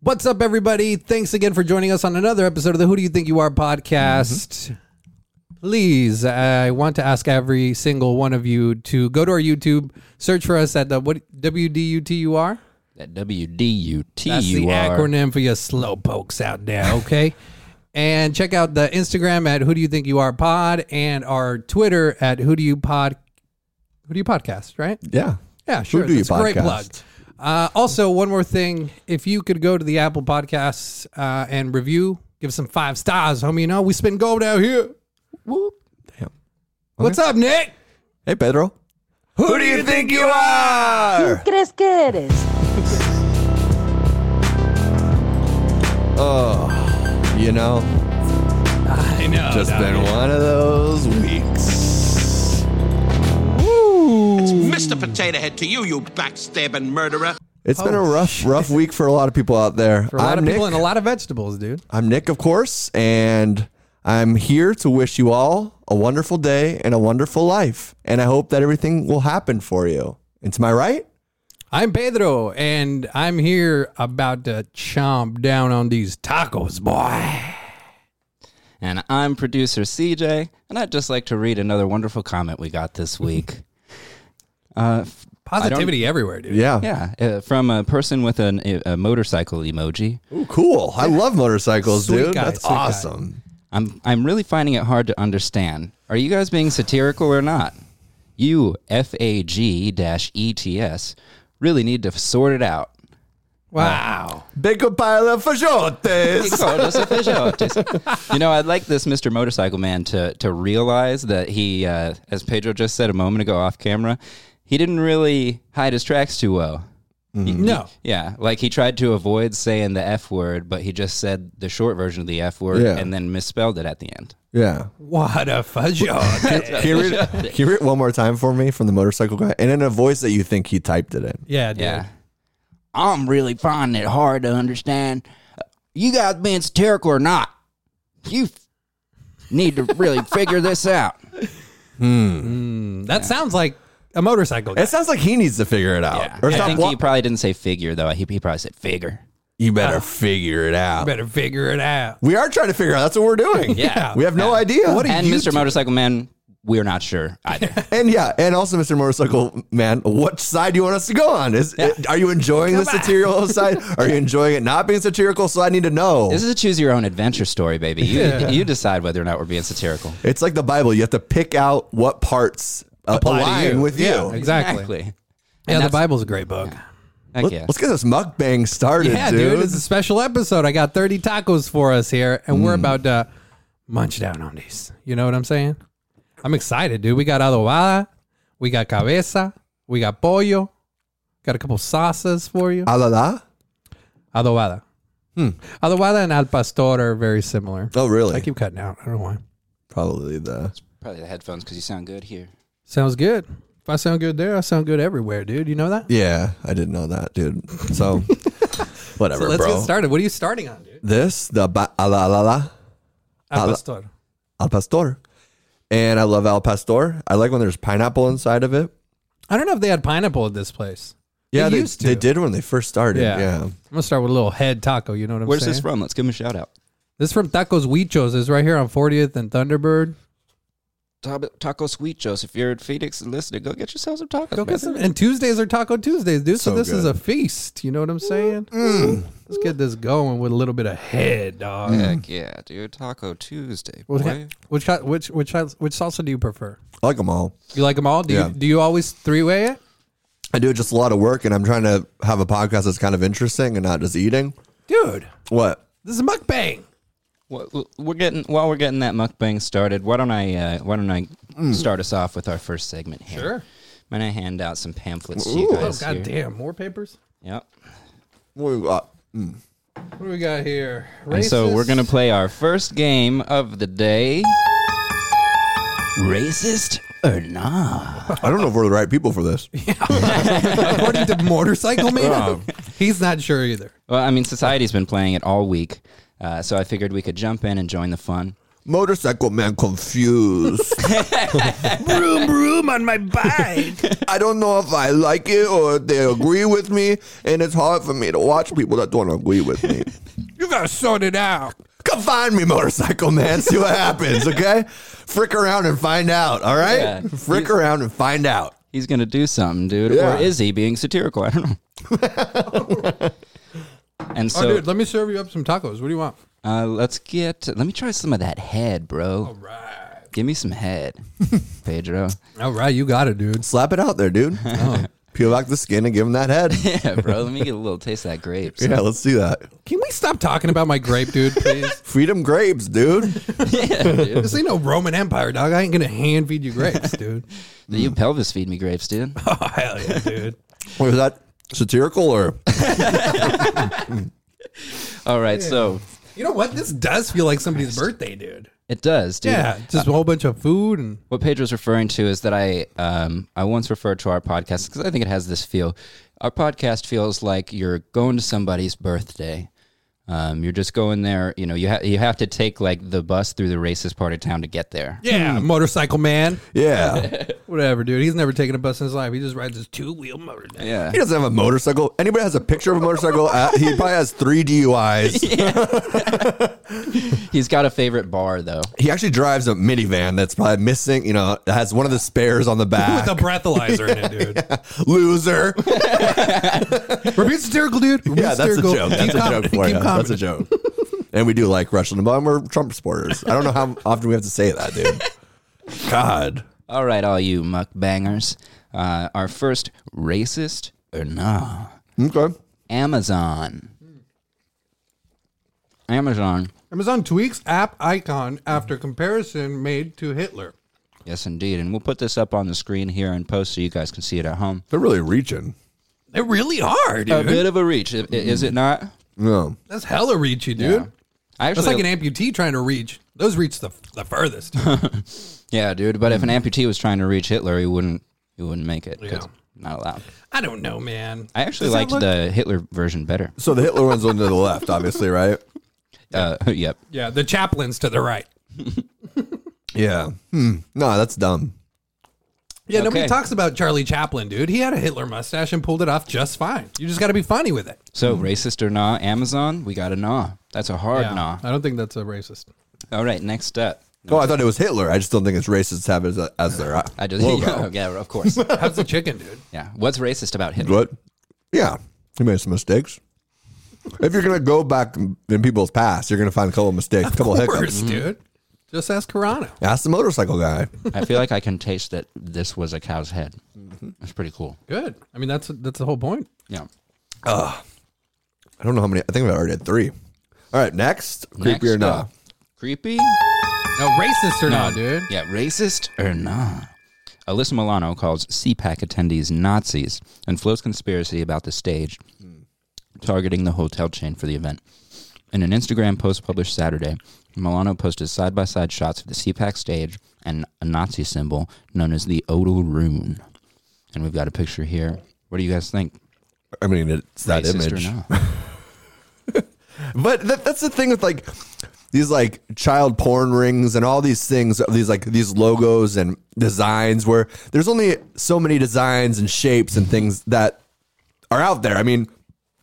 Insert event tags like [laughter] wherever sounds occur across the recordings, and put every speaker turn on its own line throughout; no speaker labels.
What's up, everybody? Thanks again for joining us on another episode of the Who Do You Think You Are podcast.
Mm-hmm.
Please, I want to ask every single one of you to go to our YouTube, search for us at the what WDUTUR.
That W D U T
That's the
U R.
acronym for your slow pokes out there,
[laughs]
okay? and check out the Instagram at Who Do You Think You Are Pod and our Twitter at Who Do You Pod. Who do you podcast, right?
Yeah.
Yeah, sure.
Do You
That's a great
Podcast.
plug. Uh, also, one more thing. If you could go to the Apple Podcasts uh, and review, give us some five stars, homie. You know, we spin gold out here.
Whoop. Damn.
What's up, Nick?
Hey, Pedro. Who do you think you are?
crees que eres?
You know,
I know.
just been one of those weeks.
Mr. Potato Head to you, you backstabbing murderer.
It's been a rough, rough week for a lot of people out there.
For a lot
I'm
of
Nick.
people and a lot of vegetables, dude.
I'm Nick, of course, and I'm here to wish you all a wonderful day and a wonderful life. And I hope that everything will happen for you. And to my right,
I'm Pedro, and I'm here about to chomp down on these tacos, boy.
And I'm producer CJ, and I'd just like to read another wonderful comment we got this week.
[laughs]
uh, f-
Positivity everywhere, dude.
yeah.
yeah, uh, from a person with an, a motorcycle emoji.
Ooh, cool. I love motorcycles,
Sweet
dude.
guy,
That's
sweet guy.
awesome.
I'm I'm really finding it hard to understand. Are you guys being satirical or not? You F A G dash E T S really need to sort it out.
Wow.
Big pile of
[laughs]
fajotes.
you know, I'd like this Mr. Motorcycle Man to to realize that he, uh, as Pedro just said a moment ago off camera, he didn't really hide his tracks too well.
No.
Yeah, like he tried to avoid saying the F word, but he just said the short version of the F word
Yeah.
and then misspelled it at the end.
Yeah.
What a
[laughs]
fudge.
Can you, read, can you read it one more time for me from the motorcycle guy? And in a voice that you think he typed it in.
yeah, dude.
Yeah. I'm really finding it hard to understand. uh, You guys being satirical or not, you f- need to really figure this out.
That sounds like a motorcycle. guy.
It sounds like he needs to figure it out.
[laughs]
Or
I
stop
think
wa-
he probably didn't say figure, though. He, he probably said figure.
you better figure it out.
Better figure it out.
We are trying to figure out. That's what we're doing.
Yeah.
We have no
[laughs]
idea. What
and Mr. Motorcycle Man, we're not sure either.
[laughs] and yeah, and also, Mr. Motorcycle Man, what side do you want us to go on? Is Are you enjoying the satirical side? Are you enjoying it not being satirical? So I need to know.
this is a choose your own adventure story, baby. You, you decide whether or not we're being satirical.
it's like the Bible. You have to pick out what parts uh,
to
align
you.
with
Yeah,
you.
Exactly. Yeah, the Bible's a great book.
Heck
Let,
yeah.
us get this mukbang started,
Yeah, dude.
dude. Mm.
It's a special episode. I got 30 tacos for us here, and we're about to munch down on these. You know what I'm saying? I'm excited, dude. We got adobada, we got cabeza, we got pollo, got a couple salsas for you.
Ah, la, la?
Adobada.
Hmm.
Adobada and al pastor are very similar.
Oh, really?
I keep cutting out. I don't know why.
Probably the
Probably the headphones because you sound good here.
Sounds good. If I sound good there, I sound good everywhere, dude. You know that?
Yeah, I didn't know that, dude. So
[laughs]
whatever,
So let's
bro.
get started. What are you starting on, dude?
This the ba- a la la la
Al pastor.
al pastor, and I love al pastor. I like when there's pineapple inside of it.
I don't know if they had pineapple at this place.
Yeah, they,
used to.
they did when they first started. Yeah,
I'm gonna start with a little head taco. You know what I'm
Where's
saying?
this from? Let's give him a shout out.
This is from Tacos Huichos. It's right here on 40th and Thunderbird.
Ta- Taco Sweet Joe's. If you're at Phoenix and listening, go get yourself some tacos.
Go
man.
get some. And Tuesdays are Taco Tuesdays, dude. So,
So
this is a
good. Mm.
feast. You know what I'm saying? Let's get this going with a little bit of head, dog.
Mm.
Heck yeah, dude. Taco Tuesday.
What-
Boy.
Which, which which which which salsa do you prefer?
I like them all.
You like them all? Do
Yeah.
you do you always three way it?
I do just a lot of work, and I'm trying to have a podcast that's kind of interesting and not just eating.
Dude,
What?
this is mukbang.
Well, well, we're getting while we're getting that mukbang started. Why don't I? Uh, why don't I start us off with our first segment here?
Mm. Sure.
I'm gonna hand out some pamphlets to you
Oh
guys.
god
here.
damn, Oh, more papers?
Yep.
What do we uh, got?
What do we got here?
And so we're
Racist?
gonna play our first game of the day. Racist or not?
I don't know if we're the right people
[laughs]
for this.
according to motorcycle man. He's not sure either.
Well, I mean, society's been playing it all week, uh, so I figured we could jump in and join the fun.
Motorcycle man confused.
Broom, broom on my bike.
I don't know if I like it or if they agree with me, and it's hard for me to watch people that don't agree with me.
[laughs] you gotta sort it out.
[laughs] Come find me, motorcycle man. See what happens, okay? Frick around and find out, all right?
Yeah.
Frick around and find out.
He's gonna do something, dude.
Yeah.
Or is he being satirical? I don't know. [laughs] and
Oh,
so
dude, let me serve you up some tacos. What do you want?
uh, let's get. Let me try some of that head, bro.
Oh.
All right. Give me
[laughs]
some head, Pedro. [laughs]
All right, you got it, dude.
Slap it out there, dude. Peel back the skin and give him that head.
Yeah, bro. Let me get a little taste of that grape.
[laughs]
yeah, let's see that.
Can we stop talking about my grape, dude, [laughs] please?
Freedom grapes, dude.
yeah, dude.
this ain't no Roman Empire, dog. I ain't gonna hand feed you [laughs] grapes, dude.
You pelvis feed me grapes, dude.
oh hell yeah, dude.
Was that satirical or?
All right, so
You know what? This does feel like somebody's birthday, dude. uh,
it does, dude.
Yeah, just a whole bunch of food and
What Pedro's referring to is that I um, I once referred to our podcast because I think it has this feel. Our podcast feels like you're going to somebody's birthday. Um, you're just going there. You know, you ha- you have to take like the bus through the racist part of town to get there.
yeah, hmm, motorcycle man.
Yeah.
Whatever, dude. He's never taken a bus in his life. He just rides his two wheel motorcycle.
Yeah,
He doesn't have a motorcycle. Anybody has a picture of a motorcycle? uh, he probably has three DUIs.
[laughs] he's got a favorite bar though.
He actually drives a minivan that's probably missing, you know, it has one of the spares on the back.
With a breathalyzer in it, dude. [laughs]
Loser.
Repeat satirical, dude. Repeat
Yeah, that's a
satirical.
joke.
Keep
That's a
coming.
joke for
Keep
you.
coming.
That's a joke. And we do like Rush Limbaugh, and we're Trump supporters. I don't know how often we have to say that, dude.
[laughs]
God.
All right, all you muckbangers. Uh, our first racist or nah?
Okay.
Amazon. Amazon.
Amazon tweaks app icon after comparison made to Hitler.
Yes, indeed. And we'll put this up on the screen here and post so you guys can see it at home.
They're really reaching.
They really are,
A
dude.
bit of a reach, i- i- is it not?
No.
That's hella reachy, dude.
I
That's
actually,
like an amputee trying to reach. Those reach the, the
[laughs]
furthest.
yeah, dude. But if an amputee was trying to reach Hitler, he wouldn't. He wouldn't make it. 'cause
Yeah.
Not allowed.
I don't know, man.
I actually
Does that
liked
look-
the Hitler version better.
So the Hitler one's on to the left, obviously, right?
Uh, [laughs] yep.
Yeah, the chaplain's to the right.
Yeah. Hmm. No, that's dumb.
Yeah, nobody
Okay.
talks about Charlie Chaplin, dude. He had a Hitler mustache and pulled it off just fine. You just got to be funny with it.
So racist or nah, Amazon, we got a nah. That's a hard nah.
I don't think that's a racist.
All right, next up.
Oh, I thought it was Hitler. I just don't think it's racist to have it as, as their uh,
I [laughs] just
logo.
yeah,
[laughs]
of course.
How's the chicken, dude?
yeah. What's racist about Hitler?
What? Yeah. He made some mistakes. If you're going to go back in people's past, you're going to find a couple of mistakes, a couple of
Of
hiccups.
course, dude. Just ask Carano.
Ask the motorcycle guy.
I feel like I can taste that this was a cow's head.
Mm-hmm.
That's pretty cool.
Good. I mean, that's that's the whole point.
Yeah.
I don't know how many. I think I already had three. All right, next. Creepy or
Next
not?
up. Creepy?
No, racist or not, dude.
Um, Yeah, racist or not. Alyssa Milano calls CPAC attendees Nazis and floats conspiracy about the stage targeting the hotel chain for the event. In an Instagram post published Saturday, Milano posted side by side shots of the CPAC stage and a Nazi symbol known as the Odal Rune. And we've got a picture here. What do you guys think?
I mean, it's that
Racist
image. [laughs]
or not?
But that, that's the thing with like these like child porn rings and all these things, these like these logos and designs where there's only so many designs and shapes and things that are out there. I mean,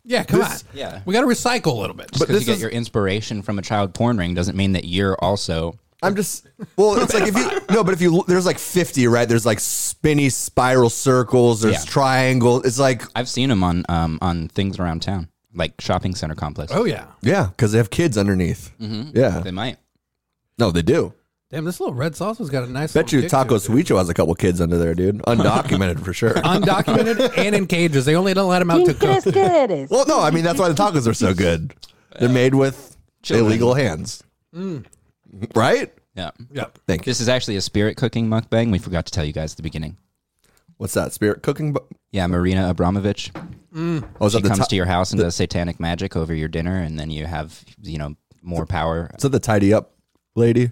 Yeah, come
This-
on.
yeah.
we got to recycle a little bit.
Because
this
you get
is-
your inspiration from a child porn ring doesn't mean that you're also
I'm just well. It's like if you [laughs] no, but if you there's like 50, right? There's like spinny spiral circles. There's
Yeah.
triangles. It's like
I've seen them on um, on things around town, like shopping center complexes.
oh yeah.
yeah, because they have kids underneath. Yeah,
Mm-hmm. They might.
no, they do.
Damn, this little red sauce has got a nice.
Bet
little
you
kick
Taco
to it,
Suicho has a couple kids under
[laughs]
there, dude. Undocumented for sure.
dude. undocumented and in cages. They only don't let them out to
[laughs]
cook.
Cascares.
Well, no, I mean that's why the tacos are so good. They're made with
Children.
illegal hands,
Mm.
right?
Yeah.
Yep.
Thank you.
This is actually a spirit cooking mukbang. We forgot to tell you guys at the beginning.
What's that? Spirit cooking? bu-
Yeah, Marina Abramovich.
Oh,
She
is that the
comes
ti-
to your house and does satanic magic over your dinner, and then you have you know more power.
is that the tidy up lady?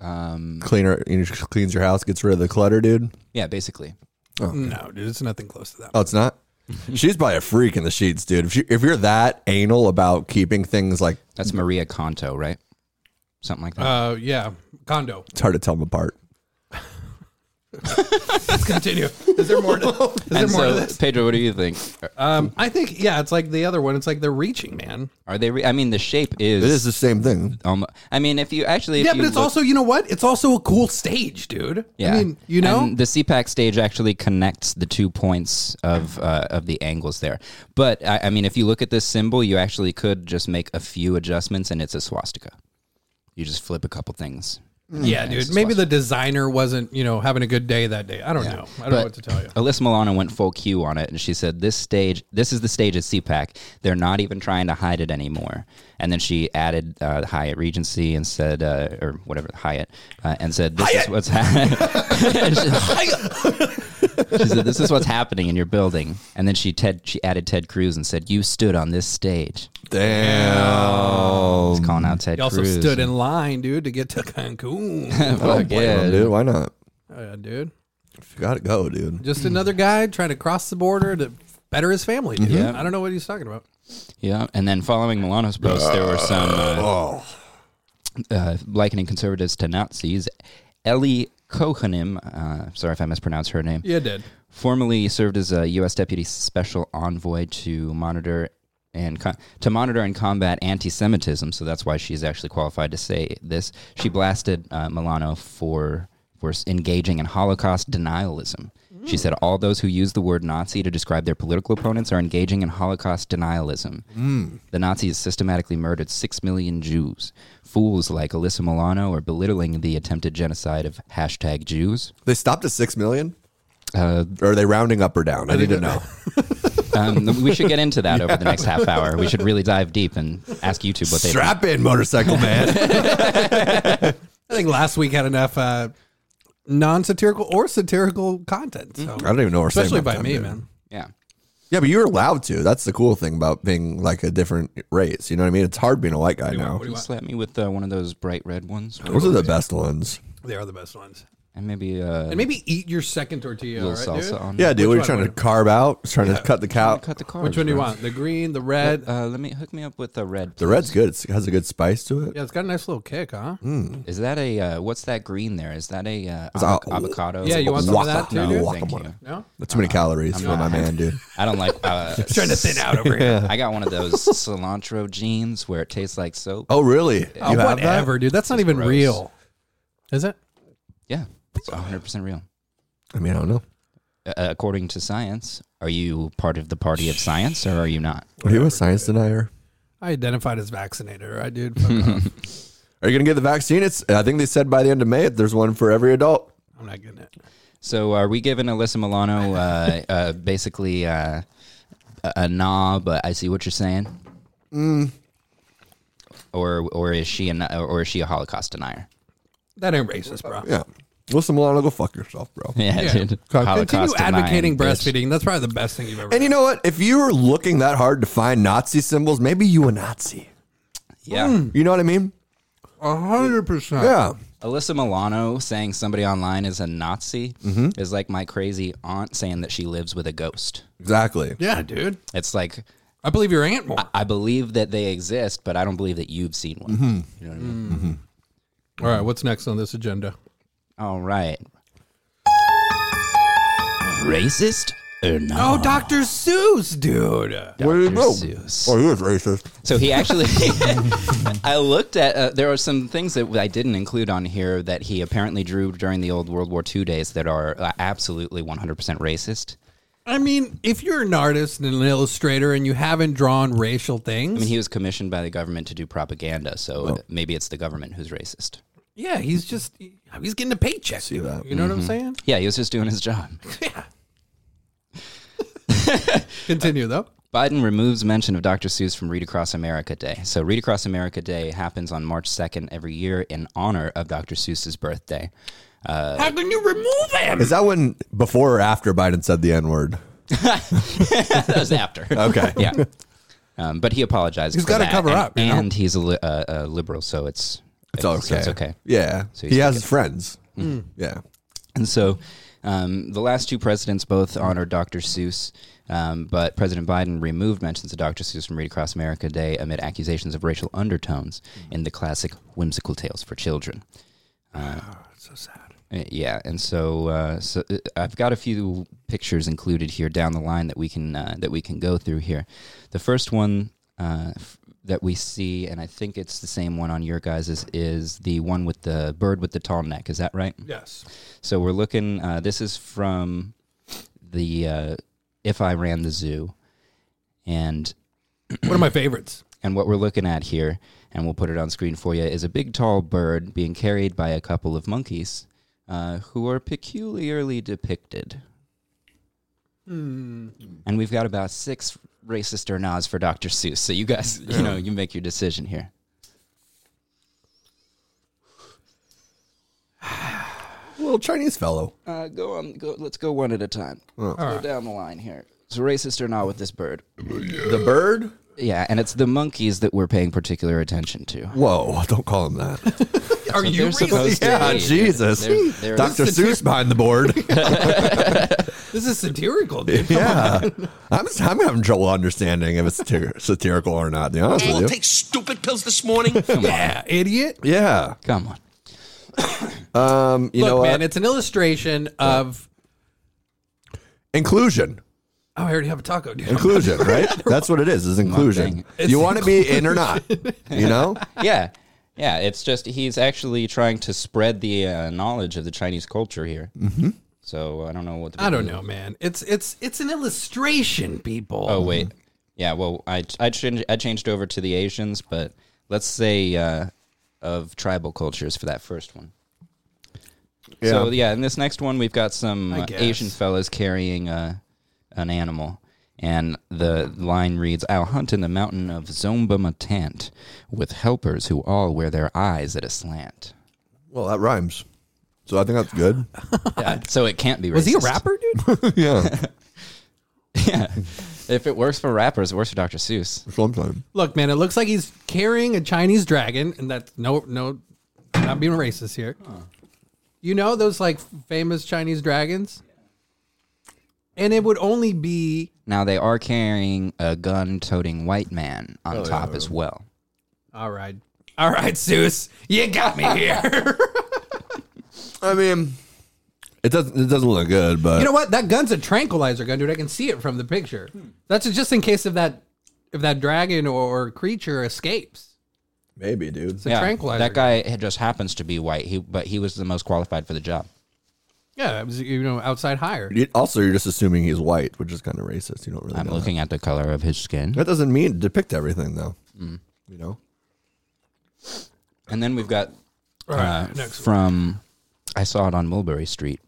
Um, cleaner, you know, she cleans your house, gets rid of the clutter, dude.
Yeah, basically.
No, dude, it's nothing close to that.
Oh, it's not. [laughs] She's probably a freak in the sheets, dude. If, you, if you're that anal about keeping things like
That's Maria Conto, right? something like that.
Uh, yeah, condo. [laughs]
It's hard to tell them apart.
Let's continue. Is there [laughs] more? To, is there
and
more to
so,
this?
Pedro, what do you think? Are-
Um, I think yeah, it's like the other one. It's like they're reaching, man.
Are they? Re- I mean, the shape is.
It is the same thing.
almo- I mean, if you actually, if
yeah,
you
but it's
look-
also you know what? It's also a cool stage, dude.
Yeah,
I mean, you know,
and the CPAC stage actually connects the two points of uh, of the angles there. But I, I mean, if you look at this symbol, you actually could just make a few adjustments, and it's a swastika. You just flip a couple things.
yeah, dude. Maybe the designer wasn't you know having a good day that day. I don't know. I don't know what to tell you.
Alyssa Milano went full Q on it, and she said, "This stage, this is the stage at CPAC. They're not even trying to hide it anymore." And then she added uh, Hyatt Regency and said, uh, or whatever Hyatt, uh, and said, "This is what's [laughs] happening." [laughs] she said, "This is what's happening in your building." And then she Ted, she added Ted Cruz and said, "You stood on this stage."
Damn.
It's calling out Ted
You also
Cruz. Oh,
stood in line, dude, to get to
[laughs]
Cancun.
Fuck yeah,
dude. Why not?
Oh, yeah, dude.
You gotta go, dude.
Just another guy trying to cross the border to better his family. Dude. I don't know what he's talking about.
Yeah, and then following Milano's post, there were some uh, uh, likening conservatives to Nazis. Ellie Kohanim, uh, sorry if I mispronounced her name,
Yeah, did.
formerly served as a U.S. deputy special envoy to monitor and co- to monitor and combat anti-Semitism. So that's why she's actually qualified to say this. She blasted uh, Milano for for s- engaging in Holocaust denialism. She said all those who use the word Nazi to describe their political opponents are engaging in Holocaust denialism. The Nazis systematically murdered six million Jews. Fools like Alyssa Milano are belittling the attempted genocide of hashtag Jews.
They stopped at six million. or are they rounding up or down? Uh, I need to [laughs] know.
Um, [laughs] we should get into that over the next half hour. We should really dive deep and ask YouTube what they
Strap in, motorcycle [laughs] man.
I think last week had enough uh, non-satirical or satirical content. So.
I don't even know. What we're saying
Especially
about
by
that,
me,
dude.
man.
Yeah.
Yeah, but you're allowed to. That's the cool thing about being like a different race. You know what I mean? It's hard being a white guy now.
You slap me with uh, one of those bright red ones,
Those are the best ones.
They are the best ones.
and maybe uh,
And maybe eat your second tortilla,
a
all
little
right,
salsa
dude?
on.
Yeah, dude.
Which
We're
one?
trying to carve out, trying to cut the cow.
cut the card.
Which one do you want? The green, the red?
Uh, let me hook me up with the red.
The red's good. It's, it has a good spice to it.
yeah, it's got a nice little kick, huh?
Mm.
Is that a uh, what's that green there? Is that a uh,
a-
avo- avocado?
Yeah, you want some of that too,
No,
dude? Uh,
thank you.
Guacamole.
No?
That's too many calories for my man, dude.
I don't like.
[laughs]
Uh,
Trying to thin out over here.
I got one of [laughs] those cilantro jeans where it tastes like soap.
[laughs]
Oh, really?
Oh,
You have that?
whatever, dude. That's not even
gross.
real. Is it?
Yeah, it's 100 percent real.
I mean, I don't know.
Uh, according to science, are you part of the party of science or are you not?
Are you a science denier?
I identified as vaccinated, all right, dude?
[laughs]
Fuck off.
Are you going to get the vaccine? It's. I think they said by the end of May, there's one for every adult.
I'm not getting it.
So are we giving Alyssa Milano uh, uh, basically uh, a- a nah, but I see what you're saying?
Mm.
Or or is she an, or is she a Holocaust denier? [laughs]
That ain't racist, bro.
Yeah. Listen, Milano, go fuck yourself, bro.
Yeah, dude.
Continue
Holocaust
advocating
denying bitch.
breastfeeding. That's probably the best thing you've ever
And you know what? If you were looking that hard to find Nazi symbols, maybe you a Nazi.
Yeah,
Mm.
You know what I mean?
A hundred percent.
Yeah.
Alyssa Milano saying somebody online is a Nazi
Mm-hmm.
is like my crazy aunt saying that she lives with a ghost.
Exactly.
Yeah, dude.
It's like
I believe your aunt more.
I believe that they exist, but I don't believe that you've seen one.
Mm-hmm.
You know what I mean?
All right, what's next on this agenda?
All right. Racist or
Oh,
not?
Dr. Seuss, dude.
Where did it go?
Seuss.
Oh, he was racist.
So he actually, I looked at. Uh, there are some things that I didn't include on here that he apparently drew during the old World War II days that are uh, absolutely 100 percent racist.
I mean, if you're an artist and an illustrator and you haven't drawn racial things,
I mean, he was commissioned by the government to do propaganda, so maybe it's the government who's racist.
yeah, he's just he's getting a paycheck. See
that.
You know
Mm-hmm.
what I'm saying?
Yeah, he was just doing his job.
Yeah. Continue though.
Biden removes mention of Dr. Seuss from Read Across America Day. So, Read Across America Day happens on March 2nd every year in honor of Dr. Seuss's birthday. Uh,
How can you remove him?
Is that when before or after Biden said the N word?
[laughs] that was after.
Okay.
Yeah. Um, but he apologized.
He's
got
gotta cover
and,
up, you know?
And he's a, li- uh, a liberal, so it's
It's okay.
So it's okay.
Yeah.
So he's
he has friends.
Mm.
Mm. Yeah.
And so um, the last two presidents both honored Dr. Seuss. Um, but President Biden removed mentions of Dr. Seuss from Read Across America Day amid accusations of racial undertones in the classic whimsical tales for children. Uh, Yeah, and so uh, so uh, I've got a few pictures included here down the line that we can uh, that we can go through here. The first one uh, f- that we see, and I think it's the same one on your guys' is the one with the bird with the tall neck. Is that right?
Yes.
So we're looking. Uh, this is from the uh, "If I Ran the Zoo," and
One of my favorites.
and what we're looking at here, and we'll put it on screen for you, is a big tall bird being carried by a couple of monkeys uh, who are peculiarly depicted. And we've got about six racist or nas for Dr. Seuss. So you guys, you know, you make your decision here.
Little Chinese fellow.
Uh, go on. Go, let's go one at a time. Go down the line here. So racist or not with this bird?
The bird?
Yeah, and it's the monkeys that we're paying particular attention to.
Whoa, don't call
[laughs]
him that.
Are
what
you
they're
really?
supposed to-
[laughs] yeah,
Hey,
Jesus.
they're- they're-
Dr. Seuss behind
[laughs]
the board.
This is satirical, dude.
yeah. I'm, I'm having trouble understanding if it's satir- satirical or not, to be honest
I'll
with you.
take stupid pills this morning.
Yeah, idiot.
Yeah.
Come on.
Um, you
Look,
know
man,
what?
it's an illustration of.
Inclusion.
Oh, I already have a taco, dude.
[laughs]
Inclusion, right? That's what it is, is inclusion. you want to be in or not,
[laughs]
you know?
yeah, yeah. It's just he's actually trying to spread the uh, knowledge of the Chinese culture here. Mm-hmm. So I don't know what.
[laughs]
The
I don't know, man. It's it's it's an illustration, people.
Oh wait, yeah. Well, I I changed I changed over to the Asians, but let's say uh, of tribal cultures for that first one. So yeah, in this next one, we've got some uh,
guess.
Asian fellas carrying uh, an animal, and the line reads, "I'll hunt in the mountain of Zomba Matant with helpers who all wear their eyes at
[laughs]
a slant."
Well, that rhymes. So I think that's good. [laughs]
Yeah, so it can't be.
was
[laughs]
he a
racist.
rapper, dude?
yeah.
yeah. If it works for rappers, it works for Dr. Seuss.
Sometime.
Look, man, it looks like he's carrying a Chinese dragon, and that's no no, not being racist here. You know those like famous Chinese dragons, and it would only be
Now they are carrying a gun-toting white man on top as well.
all right, all right, Seuss, you got me
[laughs]
here.
I mean, it doesn't it doesn't look good, but
you know what? That gun's a tranquilizer gun, dude. I can see it from the picture.
Hmm.
That's just in case of that if that dragon or creature escapes.
maybe, dude.
It's a tranquilizer.
that guy had- just happens to be white. He but he was the most qualified for the job.
Yeah, that was you know outside hire.
You- Also, you're just assuming he's white, which is kind of racist. You don't really.
I'm
know
looking at the color of his skin.
That. that doesn't mean depict everything, though. You know,
And then we've got
All
uh,
right, next
from I saw it on Mulberry Street.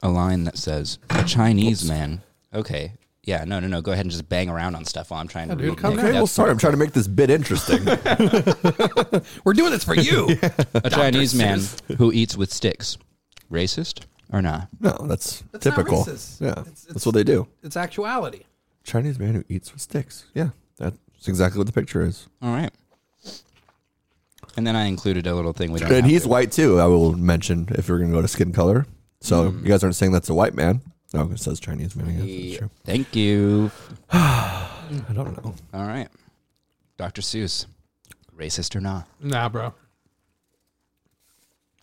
A line that says a Chinese man. Okay. Yeah, no, no, no. Go ahead and just bang around on stuff while I'm trying to
dude,
read-
calm
make
down.
okay. Well,
depth
sorry, I'm trying to make this
[laughs]
bit interesting.
[laughs] We're doing this for [laughs] you.
A Chinese man who eats with sticks. Racist or not?
no, that's,
That's not
typical.
racist.
Yeah,
It's- it's-
that's what they do.
It's actuality.
Chinese man who eats with sticks. Yeah, that's exactly what the picture is.
All right. And then I included a little thing we don't.
and
have
he's
to.
white too. I will mention if we're gonna go to skin color. So you guys aren't saying that's a white man. Oh, it says Chinese man. I guess that's true.
Thank you.
I don't know.
All right, Dr. Seuss, racist
[laughs]
or not?
Nah, bro.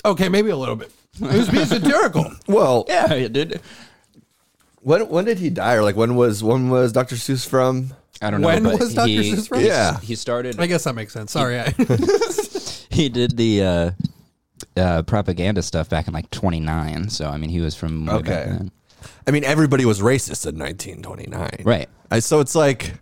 Okay, maybe a little bit. It was being satirical.
Well,
Yeah, it did.
when when did he die? Or like when was when was Dr. Seuss from?
I don't know.
When
but
was Dr.
he-
Seuss racist?
he-
Yeah.
he started.
I guess that makes sense. Sorry. I, [laughs]
He did the uh, uh, propaganda stuff back in like 29. So I mean, he was from way back
Okay.
then.
I mean, everybody was racist in 1929.
Right.
I, so it's like,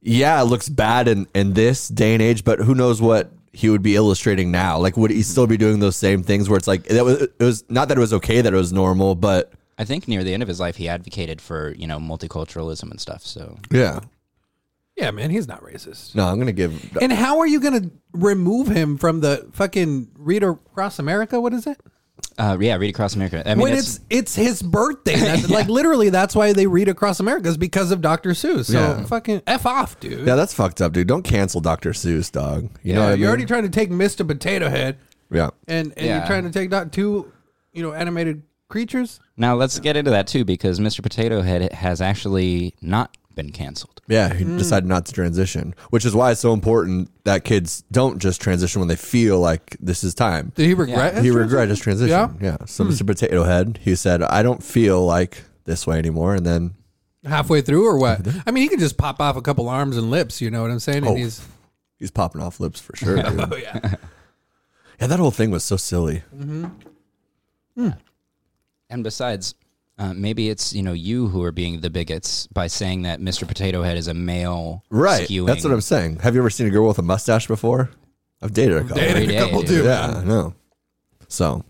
yeah, it looks bad in, in this day and age, but who knows what he would be illustrating now? Like, would he still be doing those same things where it's like, that was, it was not that it was okay that it was normal, but
I think near the end of his life, he advocated for you know multiculturalism and stuff. So
yeah.
yeah, man, he's not racist.
No, I'm going to give.
And how are you going to remove him from the fucking read across America? What is it?
uh, yeah, read across America. I mean,
when
it's,
it's it's his birthday, That's- like literally, that's why they read across America is because of Dr. Seuss. So
Yeah.
fucking f off, dude.
Yeah, that's fucked up, dude. Don't cancel Dr. Seuss, dog. You know
Yeah,
what I
you're
mean?
already trying to take Mr. Potato Head
yeah.
and, and
Yeah.
you're trying to take doc- two, you know, animated creatures?
Now let's get into that too, because Mr. Potato Head has actually not been canceled.
Yeah, he decided not to transition, which is why it's so important that kids don't just transition when they feel like this is time.
Did he regret it?
He regretted his transition. Yeah. So
Hmm.
Mr. Potato Head, he said, I don't feel like this way anymore. And then
halfway through or what? I mean, he could just pop off a couple arms and lips. You know what I'm saying? And
Oh.
he's
he's popping off lips for sure. dude.
oh [laughs] yeah.
yeah, that whole thing was so silly.
And besides, uh, maybe it's you know you who are being the bigots by saying that Mr. Potato Head is a male.
Right.
Skewing
That's what I'm saying. Have you ever seen a girl with a mustache before? I've dated a couple.
every
Dated a
day,
couple
dude.
too.
Yeah, I know. So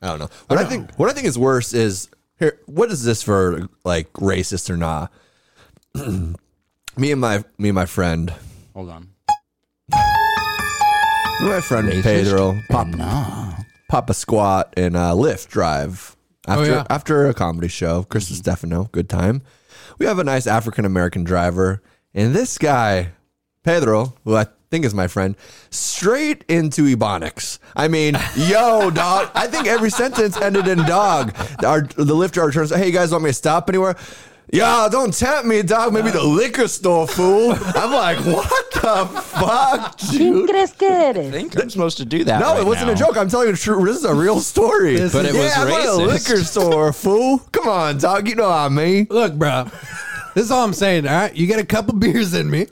I don't know. What I, think what I think is worse is here what is this for like racist or not? [clears throat] me and my me and my friend
Hold on.
my friend
Racist
Pedro pop,
Nah.
pop a squat in uh, Lyft Drive after
yeah.
after a comedy show. Chris Stefano, good time. We have a nice African American driver, and this guy Pedro, who I think is my friend, straight into ebonics. I mean, yo, dog. I think every sentence ended in dog. Our the Lyft driver turns. Hey, you guys want me to stop anywhere? Yeah, don't tempt me, dog. Maybe the liquor store, fool. I'm like, what the fuck, dude?
¿Quién crees que
I
eres?
think I'm supposed to do that.
No,
right
it wasn't
now.
a joke. I'm telling you the truth. This is a real story.
This But
is- it was
yeah, I'm at a
racist.
liquor store, fool. Come on, dog. You know what I mean.
Look, bro. This is all I'm saying. All right, you got a couple beers in me.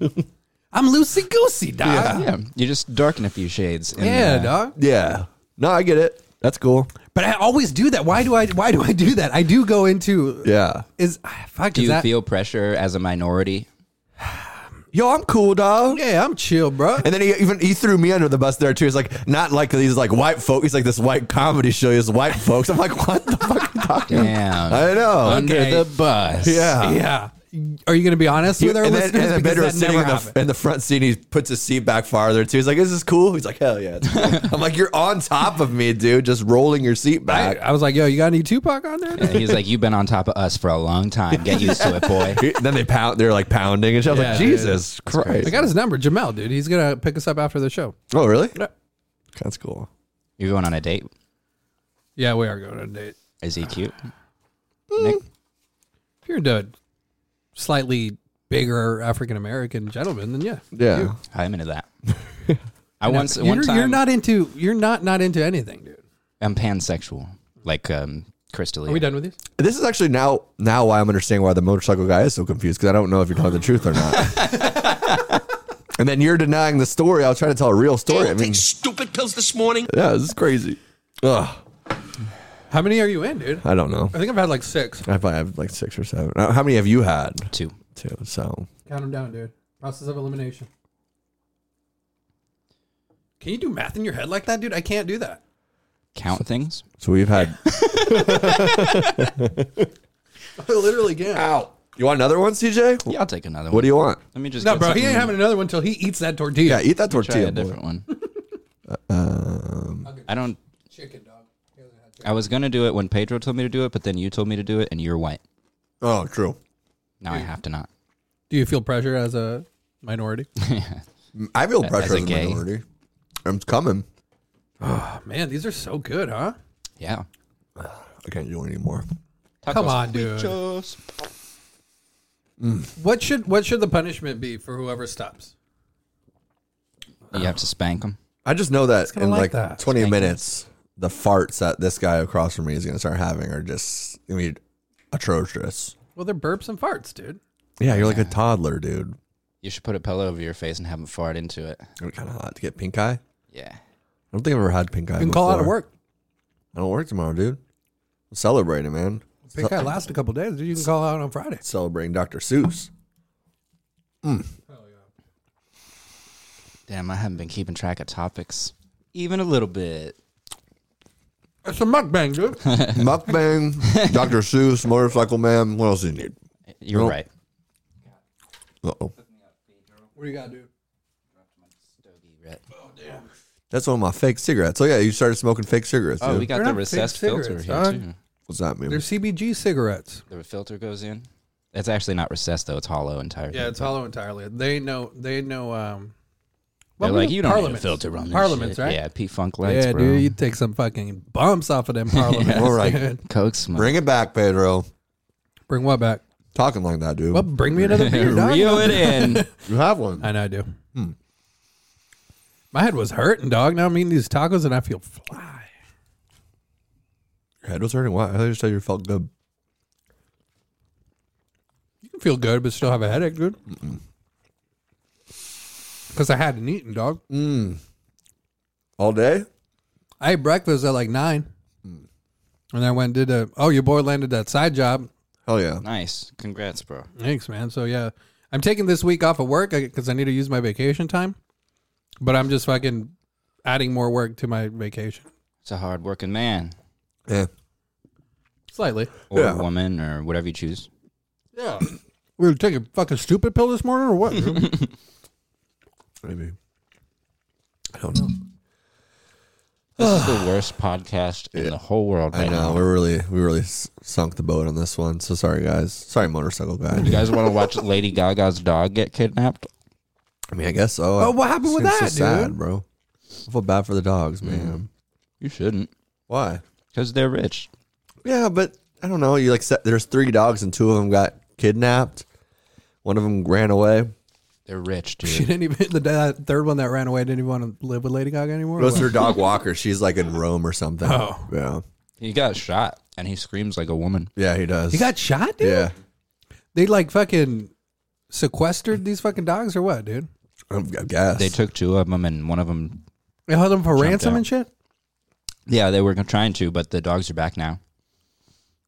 I'm loosey goosey, dog. Yeah,
Yeah, you just darken a few shades. in the-
dog.
Yeah. No, I get it. That's cool.
But I always do that. Why do I? Why do I do that? I do go into.
Yeah.
Is ah, fuck?
Do
is
you
that,
feel pressure as a minority?
Yo, I'm cool, dog.
Yeah, I'm chill, bro.
And then he even he threw me under the bus there too. He's like, not like these like white folk. He's like this white comedy show. He's white folks. I'm like, [laughs] what the fuck? Are you talking? about?
Damn.
I know.
Under
Okay.
the bus.
Yeah.
yeah. Are you going to be honest
He-
with our
uh, and then,
listeners?
and then
Because
Pedro's
that
sitting
never
in the,
happened.
in the front seat. He puts his seat back farther too. He's like, "Is this cool?" He's like, "Hell yeah!" it's
[laughs]
cool." I'm like, "You're on top of me, dude. Just rolling your seat
I,
back."
I was like, yo, you got any Tupac on there?
And he's like, "You've been on top of us for a long time. Get used to it,
[laughs]
boy."
He- then they pound. They're like pounding, and shit. I was
Yeah,
like,
dude.
"Jesus Christ!"
I got his number, Jamel, dude. He's going to pick us up after the show.
oh, really?
Yeah.
That's cool.
You're going on a date.
Yeah, we are going on a date.
Is he cute? Nick?
If you're a slightly bigger African American gentleman, then yeah.
Yeah.
I'm
[laughs]
into that. I once
You're,
one time
you're not into you're not not into anything, dude.
I'm pansexual, like um, Crystal.
Are we done with these?
This is actually now now why I'm understanding why the motorcycle guy is so confused because I don't know if you're telling the truth or not. [laughs] and then you're denying the story. I was trying to tell a real story. I
Don't
mean,
take stupid pills this morning.
yeah, this is crazy. Ugh,
How many are you in, dude?
I don't know.
I think I've had like six.
I probably have like six or seven. Uh, How many have you had?
Two.
Two. So
Count them down, dude. Process of elimination. Can you do math in your head like that, dude? I can't do that.
Count things.
so we've had.
[laughs] I literally can't.
Ow! You want another one, CJ?
Yeah, I'll take another one.
What do you want?
Let me just
No,
get
bro, he
something-
ain't having another one until he eats that tortilla.
Yeah, eat that
try
tortilla.
a
Boy. Um,
different one. I don't.
Chicken dog.
I was gonna do it when Pedro told me to do it, but then you told me to do it, and you're white.
Oh, true.
Now I have to not. [laughs]
Do you feel pressure as a minority?
I feel
as
pressure
a
as a
gay.
minority. I'm coming.
Oh, [laughs] man, these are so good, huh?
Yeah.
I can't do it anymore.
Come
Tacos.
on, dude. What should what should the punishment be for whoever stops?
You have to spank them.
I just know that
kinda
in
like
like,
that.
20 minutes, the farts that this guy across from me is going to start having are just I mean, atrocious.
Well, they're burps and farts, dude.
Yeah, you're like a toddler, dude.
You should put a pillow over your face and have them fart into it.
It'd be kind of hot to get pink eye. I
Yeah.
don't think I've ever had pink eye.
You can call out of
before.
work.
I don't work tomorrow, dude. I'm celebrating, man.
Pink eye lasts a couple days. Dude. You can call out on Friday.
Celebrating Dr. [laughs] Seuss.
Damn, I haven't been keeping track of topics even a little bit.
It's a mukbang, dude.
Mukbang, Dr. Seuss, Motorcycle Man. What else do you need?
You're
Nope.
right.
Uh oh.
what do you got, dude?
That's one of my fake cigarettes. So, yeah, you started smoking fake cigarettes, dude.
Oh, we got
They're
the
not fake
recessed filter
cigarettes,
here
dog.
too.
What's that mean?
They're CBG cigarettes.
The filter goes in. It's actually not recessed though; it's hollow entirely.
Yeah, it's hollow entirely. They know. They know. Um,
They're
we
like,
have
you don't need a
parliaments.
filter on this
Parliaments,
shit."
right?
Yeah, P Funk lights,
Yeah,
bro.
dude, you take some fucking bumps off
[laughs]
of them parliaments.
All right.
dude.
Coke smoke.
Bring it back, Pedro.
Bring what back?
Talking like that, dude.
Well, bring me another
[laughs]
beer, dog.
Reel
[laughs]
it in.
You have one.
I know I do. My head was hurting, dog. Now I'm eating these tacos and I feel fly.
Your head was hurting. Why? I just thought you felt good.
You can feel good, but still have a headache, dude. Because I hadn't eaten, dog.
All day?
I ate breakfast at like nine. Mm. And I went and did a, oh, your boy landed that side job.
Hell yeah.
nice. Congrats, bro.
Thanks, man. So yeah, I'm taking this week off of work because I need to use my vacation time. But I'm just fucking adding more work to my vacation,
It's a hard working man
Yeah.
slightly.
or
Yeah.
woman or whatever
[sighs]
you choose.
Yeah. We were taking a fucking stupid pill this morning or [laughs] what? dude?
Maybe. I don't know.
This is the worst podcast in the whole world
I
right
know.
now.
We really, we really s- sunk the boat on this one. So sorry, guys. Sorry, motorcycle
You
guy.
guys want to watch Lady Gaga's dog get kidnapped?
I mean, I guess so.
Oh, what happened with
Seems
that, dude?
bro? I feel bad for the dogs, man.
You shouldn't,
Mm. Why?
because they're rich.
Yeah, but I don't know. You like set, there's three dogs and two of them got kidnapped. One of them ran away.
They're rich,
she
dude.
didn't even the that third one that ran away didn't even want to live with Lady Gaga anymore. or
Most of
what?
her dog walker. She's like in Rome or something.
Oh.
yeah,
he got shot, and he screams like a woman.
yeah, he does.
He got shot, dude.
yeah.
They like fucking sequestered these fucking dogs or what, dude?
I guess
They took two of them, and one of them.
They held them for ransom
out.
and shit.
Yeah, they were trying to, but the dogs are back now.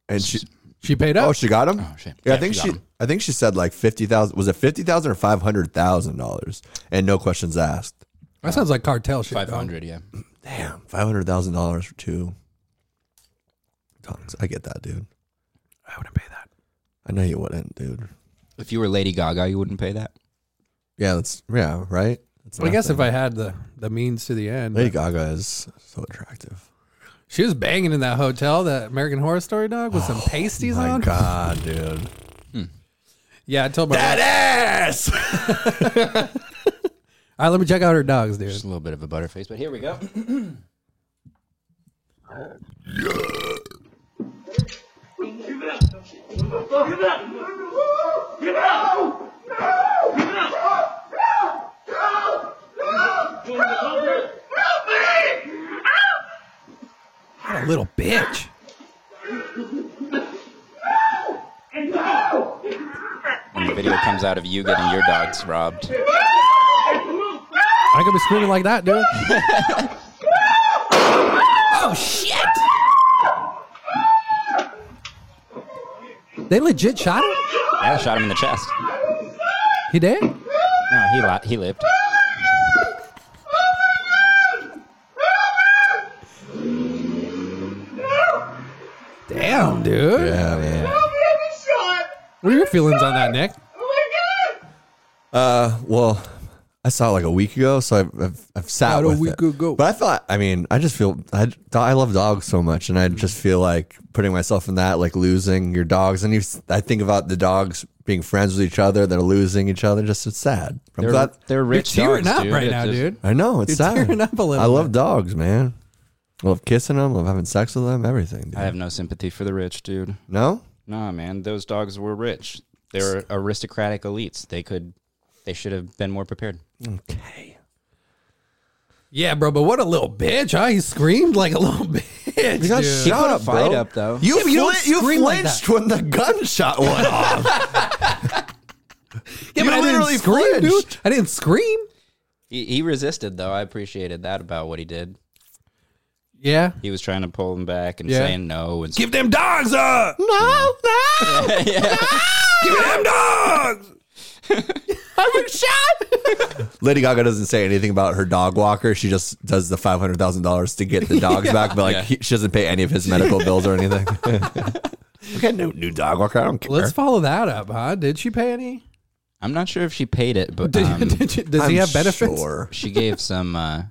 and she.
She paid up.
Oh, she got him.
Oh, shit.
Yeah, I
Yeah,
think
she
she.
got 'em.
I think she said like fifty thousand. Was it fifty thousand or five hundred thousand dollars? And no questions asked.
that sounds like cartel shit. dog.
Five hundred, yeah.
Damn, five hundred thousand dollars for two dogs. I get that, dude.
I wouldn't pay that.
I know you wouldn't, dude.
If you were Lady Gaga, you wouldn't pay that.
Yeah, that's yeah, right. That's
But I guess if
nothing.
I had the the means to the end,
Lady Gaga is so attractive.
She was banging in that hotel, that American Horror Story dog with some pasties
My
on.
God, dude.
Yeah, I told my
That
wife, [laughs]
ass.
all right, let me check out her dogs,
Just
dude.
a little bit of a butterface, but here we go.
What a little bitch.
When the video comes out of you getting your dogs robbed.
I could be screaming like that, dude. oh shit! They legit shot him.
Yeah, shot him in the chest.
He did.
No, he li- he lived.
Damn, dude.
Yeah, man.
What are your feelings on that, Nick?
Uh, well, I saw it like a week ago, so I've I've, I've sat
About a
with
week
it.
ago.
But I thought, I mean, I just feel I I love dogs so much, and I just feel like putting myself in that, like losing your dogs, and you, I think about the dogs being friends with each other, they're losing each other. Just it's sad. I'm glad.
they're rich
You're tearing
dogs,
up
dude.
right
It's
now,
just-
dude.
I know it's
You're
sad.
tearing up a little
I love
bit.
dogs, man. I love kissing them. I love having sex with them. Everything. Dude.
I have no sympathy for the rich, dude.
no.
Nah, man, those dogs were rich. They were aristocratic elites. They could, they should have been more prepared.
Okay.
Yeah, bro. But what a little bitch! Huh? He screamed like a little [laughs] bitch.
You got
dude.
shot
put a
up,
fight
bro.
up, though.
You,
Yeah, but you don't
flin- you
scream like
flinched when the
[laughs]
gunshot went off.
Yeah, but
You
I
literally
didn't scream, dude.
flinched.
I didn't scream.
He, he resisted, though. I appreciated that about what he did.
Yeah.
He was trying to pull them back and
Yeah.
saying no. And
Give them dogs up. No, no.
[laughs]
Give them dogs. I've been shot.
Lady Gaga doesn't say anything about her dog walker. She just does the five hundred thousand dollars to
[laughs]
get the dogs back, but like he, she doesn't pay any of his medical bills or anything. we got no new dog walker. I don't care.
Let's follow that up, huh? Did she pay any? [laughs]
I'm not sure if she paid it, but
Did,
um,
did she, does
I'm
he have benefits?
sure.
she gave some, uh,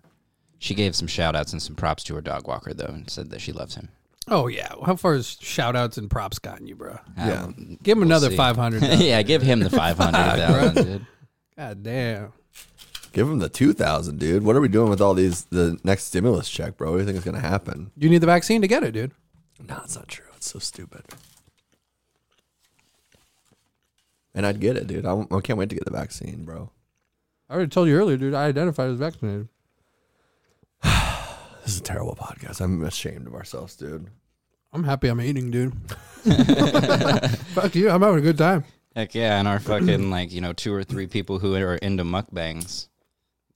she gave some shout outs and some props to her dog walker, though, and said that she loves [laughs] him.
Oh yeah. How far has shout outs and props gotten you, bro?
Yeah.
Give him another
see. [laughs]
five hundred.
yeah, give him the five hundred thousand. dude.
God damn.
Give him the two thousand, dude. What are we doing with all these? The next stimulus check, bro. What do you think is gonna happen?
You need the vaccine to get it, dude.
No, it's not true. It's so stupid. And I'd get it, dude. I'm, I can't wait to get the vaccine, bro.
I already told you earlier, dude. I identified as vaccinated.
This is a terrible podcast. I'm ashamed of ourselves, dude.
I'm happy I'm eating, dude.
[laughs]
[laughs] Fuck you. I'm having a good time.
Heck yeah, and our fucking like you know two or three people who are into mukbangs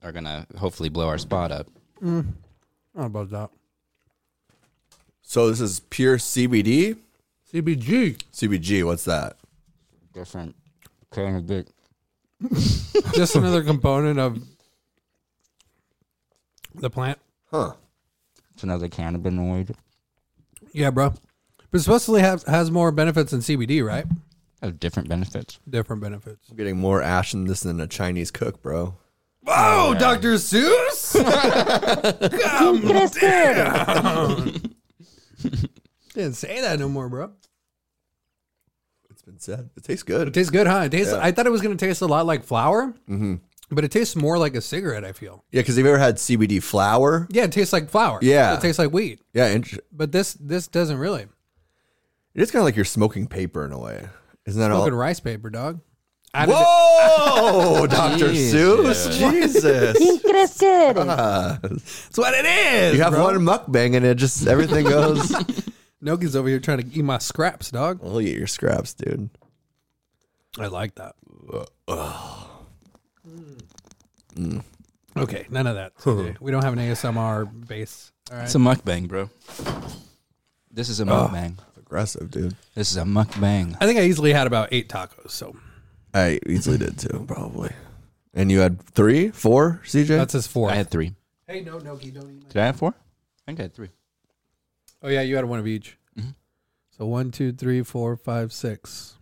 are gonna hopefully blow our spot up.
I don't know about that.
So this is pure CBD.
CBG.
CBG. What's that?
Different kind of dick.
Just another component of the plant.
Huh?
It's another cannabinoid.
Yeah, bro. But supposedly have, has more benefits than CBD, right?
Has different benefits.
Different benefits.
I'm getting more ash in this than a Chinese cook, bro.
Oh, Dr. Seuss? Come down. [laughs] Didn't say that no more, bro.
It's been said. It tastes good.
It tastes good, huh? It tastes. I thought it was going to taste a lot like flour,
Mm-hmm.
but it tastes more like a cigarette. I feel.
yeah, because have you ever had CBD flower?
Yeah, it tastes like flour.
Yeah.
it tastes like weed.
Yeah, interesting.
But this this doesn't really.
It is kind of like you're smoking paper in a way. Isn't that
Smoking rice paper, dog. Out of the-
all? Whoa, [laughs] Dr. Seuss. [laughs] Jesus.
That's what it is.
You have
bro.
one mukbang and it just everything goes. [laughs]
Nogi's over here trying to eat my scraps, dog.
I'll eat your scraps, dude.
I like that. Mm. Okay, none of that. today. we don't have an ASMR base. All right.
It's a mukbang, bro. This is a mukbang.
Aggressive, dude.
This is a mukbang.
I think I easily had about eight tacos. So
I easily did too, probably. And you had three, four, CJ?
that's his four.
I had three.
hey, no, Nogi, don't eat my.
Did I have four? I think I had three.
Oh yeah, you had one of each. So one, two, three, four, five, six.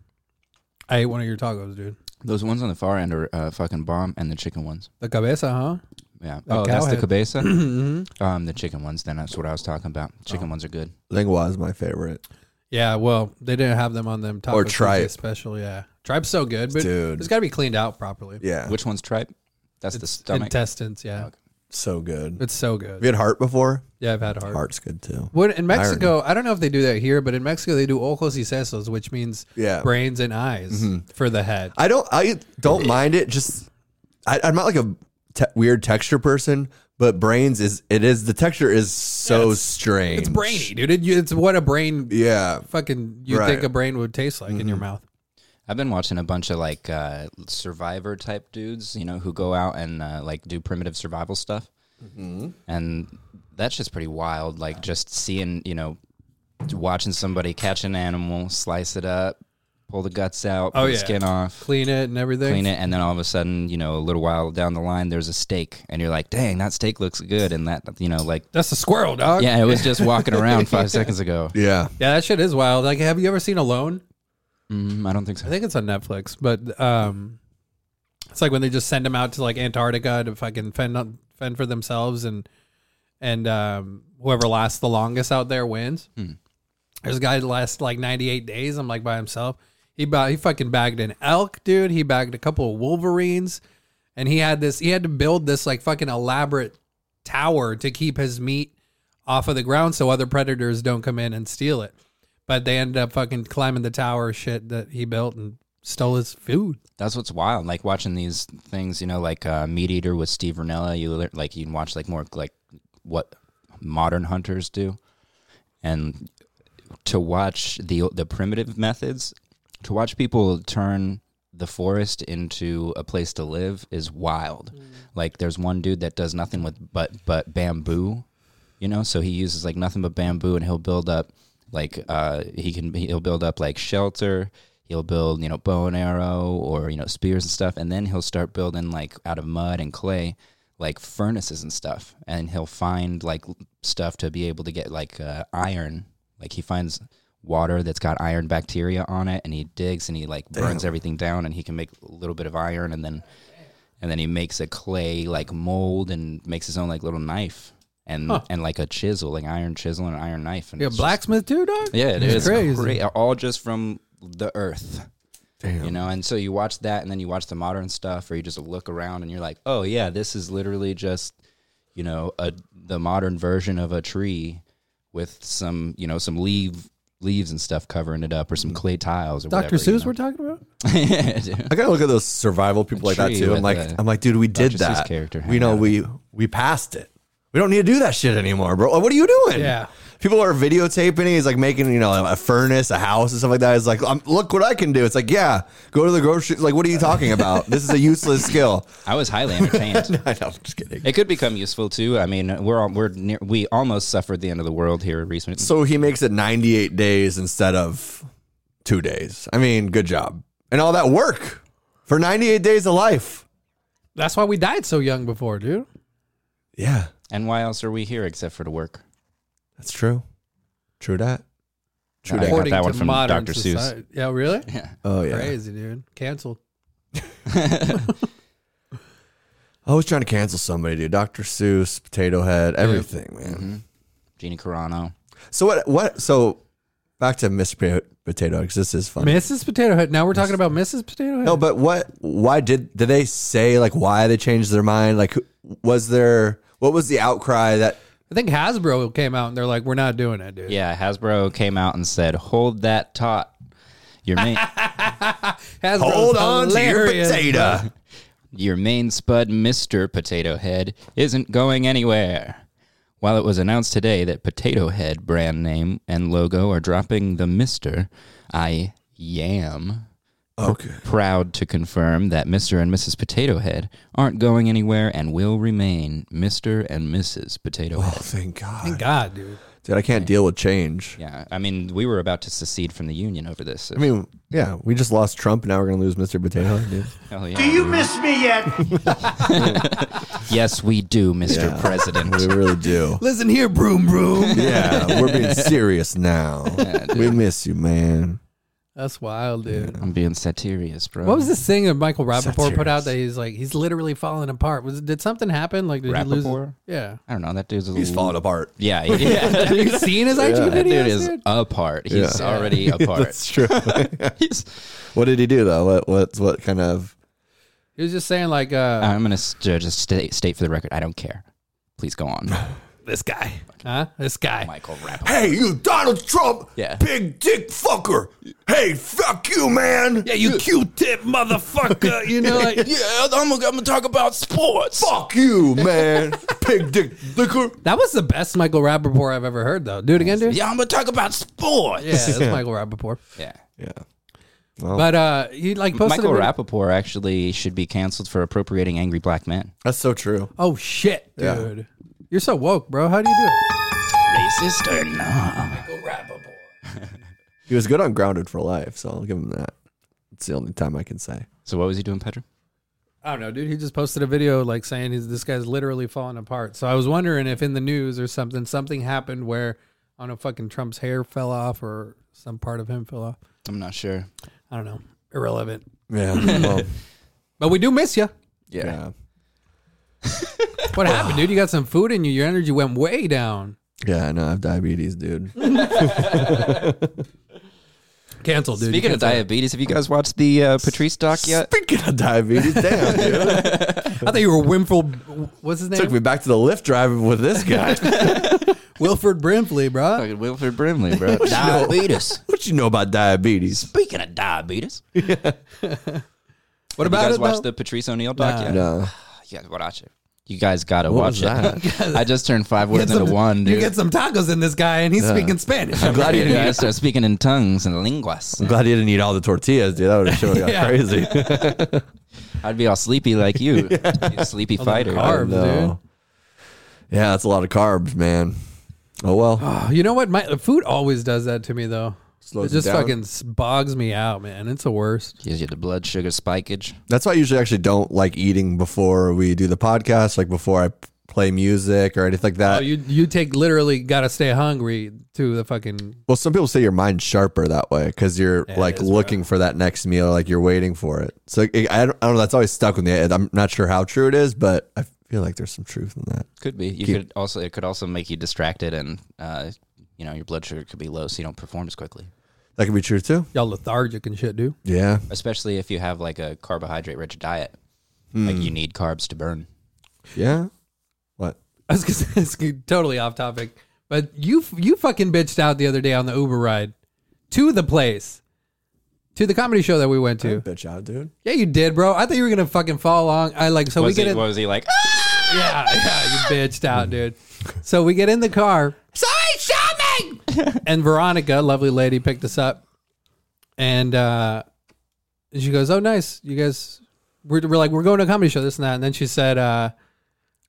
I ate one of your tacos, dude.
Those ones on the far end are uh, fucking bomb, and the chicken ones.
The cabeza, huh?
Yeah.
The
oh, that's
cowhead. [clears throat]
the cabeza.
Mm-hmm.
um, the chicken ones. Then that's what I was talking about.
Oh.
Chicken ones are good.
Lingua is my favorite.
Yeah, well, they didn't have them on them tacos.
Or tripe.
Tuesday special, yeah. Tripe's so good, but
Dude.
it's got to be cleaned out properly.
Yeah.
Which one's tripe? That's the stomach.
Intestines, yeah.
so good.
It's so
Have you
good.
had heart before?
Yeah, I've had heart.
Heart's good too.
What in Mexico? I don't know if they do that here, but in Mexico they do ojos y sesos, which means
Yeah. Mm-hmm.
brains and eyes for the head.
I don't I don't mind it. Just I, I'm not like a te- weird texture person, but brains is it is the texture is so strange.
It's brainy, dude. It- you- it's what a brain
Yeah,
fucking you
Right. Mm-hmm.
think a brain would taste like in your mouth.
I've been watching a bunch of like uh, survivor type dudes, you know, who go out and uh, like do primitive survival stuff,
Mm-hmm.
and that's just pretty wild. Like just seeing, you know, watching somebody catch an animal, slice it up, pull the guts out, pull
Oh,
the
yeah.
skin off,
Clean it and everything.
clean it, and then all of a sudden, you know, a little while down the line, there's a steak, and you're like, "Dang, that steak looks good," and that, you know, like,
That's a squirrel, dog.
yeah, it was just walking around five seconds ago.
yeah.
Yeah, that shit is wild. Like, have you ever seen Alone?
Mm, I don't think
I
so.
think it's on Netflix, but um, it's like when they just send them out to like Antarctica to fucking fend on- fend for themselves, and and um, whoever lasts the longest out there wins. There's a guy that lasts like 98 days. I'm like by himself. He bought, he fucking bagged an elk, dude. He bagged a couple of wolverines, and he had this. He had to build this like fucking elaborate tower to keep his meat off of the ground so other predators don't come in and steal it. But they ended up fucking climbing the tower shit that he built and stole his food.
That's what's wild. Like watching these things, you know, like uh, Meat Eater with Steve Renella. You lear- like you can watch like more like what modern hunters do, and to watch the the primitive methods, to watch people turn the forest into a place to live is wild. Like there's one dude that does nothing with but but bamboo, you know. So he uses like nothing but bamboo, and he'll build up like uh he can he'll build up like shelter. He'll build you know bow and arrow or you know spears and stuff, and then he'll start building like out of mud and clay like furnaces and stuff and he'll find like l- stuff to be able to get like uh, iron like he finds water that's got iron bacteria on it and he digs and he like burns everything down and he can make a little bit of iron and then and then he makes a clay like mold and makes his own like little knife and and like a chisel like iron chisel and an iron knife and
You a
it's
blacksmith too, dog?
just- yeah it is
crazy.
cra- all just from the earth Damn. You know, and so you watch that and then you watch the modern stuff or you just look around and you're like, "Oh yeah, this is literally just, you know, a the modern version of a tree with some, you know, some leaf leaves and stuff covering it up or some clay tiles or
Dr.
whatever, you
Mm. Seuss,
know?
we're talking about?
[laughs] Yeah, dude.
I gotta look at those survival people like that
tree
too. I'm
with
like,
the
I'm like, dude, we did
Dr. Seuss
that.
character
we
hanging
know
out.
we we passed it. We don't need to do that shit anymore, bro. Like, what are you doing?
Yeah.
People are videotaping. it. He's like making, you know, a furnace, a house, and stuff like that. He's like, um look what I can do. It's like, yeah, go to the grocery. Like, what are you talking about? this is a useless skill.
I was highly
[laughs]
entertained.
I know, I'm just kidding.
It could become useful too. I mean, we're all, we're near, we almost suffered the end of the world here recently.
So he makes it 98 days instead of two days. I mean, good job. And all that work for 98 days of life.
That's why we died so young before, dude.
Yeah,
and why else are we here except for to work?
that's true. True that. True
I got
that.
that one from Dr. Seuss.
Yeah, really?
Oh,
[laughs]
yeah.
Crazy, dude. Canceled.
I was trying to cancel somebody, dude. Dr. Seuss, Potato Head, everything, man.
Gina Carano.
So what? What? So back to Mr. Potato- Potato Head because this is fun.
Mrs. Potato Head. Now we're talking about Mrs. Potato Head.
No, but what? Why did did they say like why they changed their mind? Like, who- was there what was the outcry that?
I think Hasbro came out and they're like, we're not doing it, dude.
Yeah, Hasbro came out and said, "Hold that taut." Your main
Hasbro's
Hold on to your
hilarious,
potato.
your main spud, Mister Potato Head, isn't going anywhere. While it was announced today that Potato Head brand name and logo are dropping the Mister, I yam
Okay.
proud to confirm that Mr. and Mrs. Potato Head aren't going anywhere and will remain Mr. and Mrs. Potato
Oh,
Head.
thank God.
Thank God, dude.
dude. I can't deal with change.
Yeah, I mean, we were about to secede from the union over this. so-
I mean, yeah, we just lost Trump. Now we're gonna lose Mr. Potato [laughs] Head. Dude.
hell yeah.
Do you miss me
[laughs]
yet?
Yes, we do, Mr. President.
we really [laughs] do.
Listen here, broom broom.
Yeah, we're [laughs] being serious now. we miss you, man.
That's wild, dude.
I'm being satirious, bro.
What was this thing that Michael Rappaport put
Satirists.
out that he's like he's literally falling apart? Was did something happen? Like did he lose?
Rappaport?
Yeah.
I don't know. That dude's a
He's
l-
falling apart. [laughs]
Yeah, yeah.
Have you [laughs] seen his IG
that
videos?
dude is
dude?
apart. He's already apart.
[laughs] That's true.
He's-
What did he do though? What what what kind of?
He was just saying like uh,
I'm gonna st- just state, state for the record. I don't care. Please go
[laughs]
on,
this guy, huh? This guy.
Michael Rappaport.
Hey, you Donald Trump,
Yeah.
big dick fucker. Hey, fuck you, man. Yeah,
you Q-tip motherfucker. you
[laughs]
know, like
Yeah, I'm gonna, I'm gonna talk about sports.
fuck you, [laughs] man. big dick liquor.
that was the best Michael Rappaport I've ever heard though. Do it again, dude.
Yeah, I'm gonna talk about sports.
[laughs] Yeah, that's Michael Rappaport.
Yeah.
Yeah,
But uh, he like posted
Michael
a video-
Rappaport actually should be canceled for appropriating angry black men.
that's so true.
Oh shit,
Yeah.
dude. You're so woke, bro. How do you do it?
Racist or not?
He was good on Grounded for Life, so I'll give him that. It's the only time I can say.
So what was he doing, Pedro?
I don't know, dude. He just posted a video like saying he's this guy's literally falling apart. So I was wondering if in the news or something something happened where I don't know, fucking Trump's hair fell off or some part of him fell off.
I'm not sure.
I don't know. Irrelevant.
Yeah. Well,
But we do miss you.
Yeah.
[laughs] yeah.
What happened, dude? You got some food in you. Your energy went way down.
Yeah, I know. I have diabetes, dude.
Canceled, dude. You
Speaking of
canceled.
diabetes, have you guys watched the uh, Patrice doc yet?
Speaking of diabetes, damn, dude.
I thought you were Winfield. What's his name?
Took me back to the lift driving with
[laughs]
this guy. [laughs]
Wilford Brimley,
Oh,
bro.
Fucking Wilfred Brimley, bro. [laughs] diabetes.
what you know about diabetes?
Speaking of diabetes, what
What
have you
about
guys
it?
watched
though?
the Patrice O'Neill doc yet?
No.
You guys watch it. You guys gotta watch
was
it. [laughs] I just turned five words into one, dude.
you get some tacos in this guy, and he's speaking Spanish.
I'm glad you
You
didn't.
guys start speaking in tongues and linguas.
I'm glad you didn't eat all the tortillas, dude. That would have sure
[laughs]
got
Yeah.
crazy.
I'd be all sleepy like [laughs] you, you sleepy fighter.
carbs.
[laughs] no. Yeah, that's a lot of carbs, man. Oh well.
Oh, you know what? My food always does that to me, though.
Slows
it just
you down?
fucking s- bogs me out, man. It's the worst.
Gives you the blood sugar spikage.
That's why I usually actually don't like eating before we do the podcast, like before I p- play music or anything like
Oh,
that.
you you take literally got to stay hungry to the fucking.
well, some people say your mind's sharper that way because you're like looking for that next meal, like you're waiting for it. So it, I, don't, I don't know. That's always stuck with me. I'm not sure how true it is, but I feel like there's some truth in that.
Could be. You could also. It could also make you distracted, and uh, you know your blood sugar could be low, so you don't perform as quickly.
That could be true too.
Y'all lethargic and shit, dude. [laughs]
Yeah.
especially if you have like a carbohydrate rich diet. Like
Hmm.
you need carbs to burn.
Yeah. What?
I was gonna say, [laughs] it's totally off topic, but you you fucking bitched out the other day on the Uber ride to the place, to the comedy show that we went to.
Bitch out, dude.
Yeah, you did, bro. I thought you were gonna fucking fall along. I like so
was,
we
he,
get in.
was he like? "Ah!"
[laughs] Yeah, yeah, you bitched
[laughs]
out, dude. So we get in the car. Sorry, shopping. and Veronica, lovely lady, picked us up, and uh, and she goes, "Oh, nice, you guys." We're, we're like, we're going to a comedy show, this and that. And then she said, uh,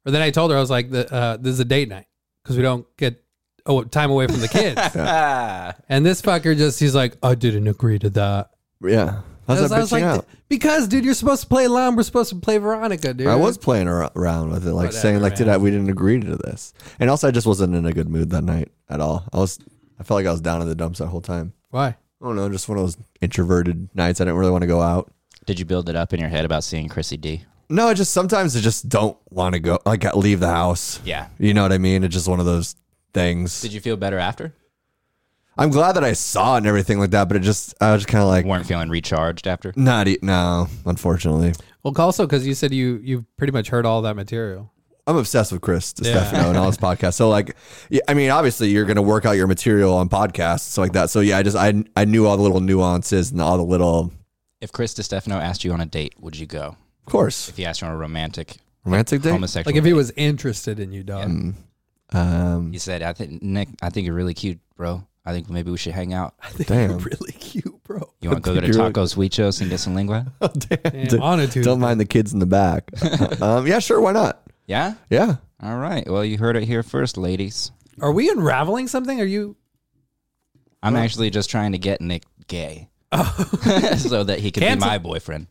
or then I told her, I was like, the, uh, this is a date night because we don't get oh, time away from the kids. And this fucker just, he's like, I didn't agree to that.
Yeah. How's
I was,
that
I was
bitching
like,
out?
because, dude, you're supposed to play Lon, we're supposed to play Veronica, dude.
I was playing ar- around with it, like saying, like, did I? We didn't agree to this, and also I just wasn't in a good mood that night at all. I was, I felt like I was down in the dumps that whole time.
Why?
I don't know, just one of those introverted nights. I didn't really want to go out.
[gasps] Did you build it up in your head about seeing Chrissy D?
No, I just sometimes I just don't want to go, like, I leave the house.
Yeah.
[laughs]
you know what I mean. It's just one of those things.
Did you feel better after?
I'm glad that I saw it and everything like that, but it just, I was kind of like,
Weren't feeling recharged after?
not e- no, unfortunately.
Well, also because you said you you've pretty much heard all that material.
I'm obsessed with Chris Stefano and all
[laughs]
his podcasts. So like, yeah, I mean, obviously you're going to work out your material on podcasts like that. So yeah, I just I I knew all the little nuances and all the little,
If Chris DiStefano asked you on a date, would you go?
of course,
If he asked you on a romantic,
romantic date.
homosexual,
Like if he
date,
was interested in you, dog.
Mm.
[laughs]
Um,
he said, "I think Nick, I think you're really cute, bro. I think maybe we should
[laughs]
hang out.
damn,
Really cute, bro.
You want to go to
[laughs]
Tacos Huichos and get
[laughs]
some lingua?
Damn, on a dude.
don't mind the kids in
[laughs]
the back. um, yeah, sure, why not?
Yeah.
Yeah,
All right. Well, you heard it here first, ladies.
Are we unraveling something? Are you?
I'm actually just trying to get Nick gay,
Oh.
[laughs] so that he can be
Cancel.
my boyfriend.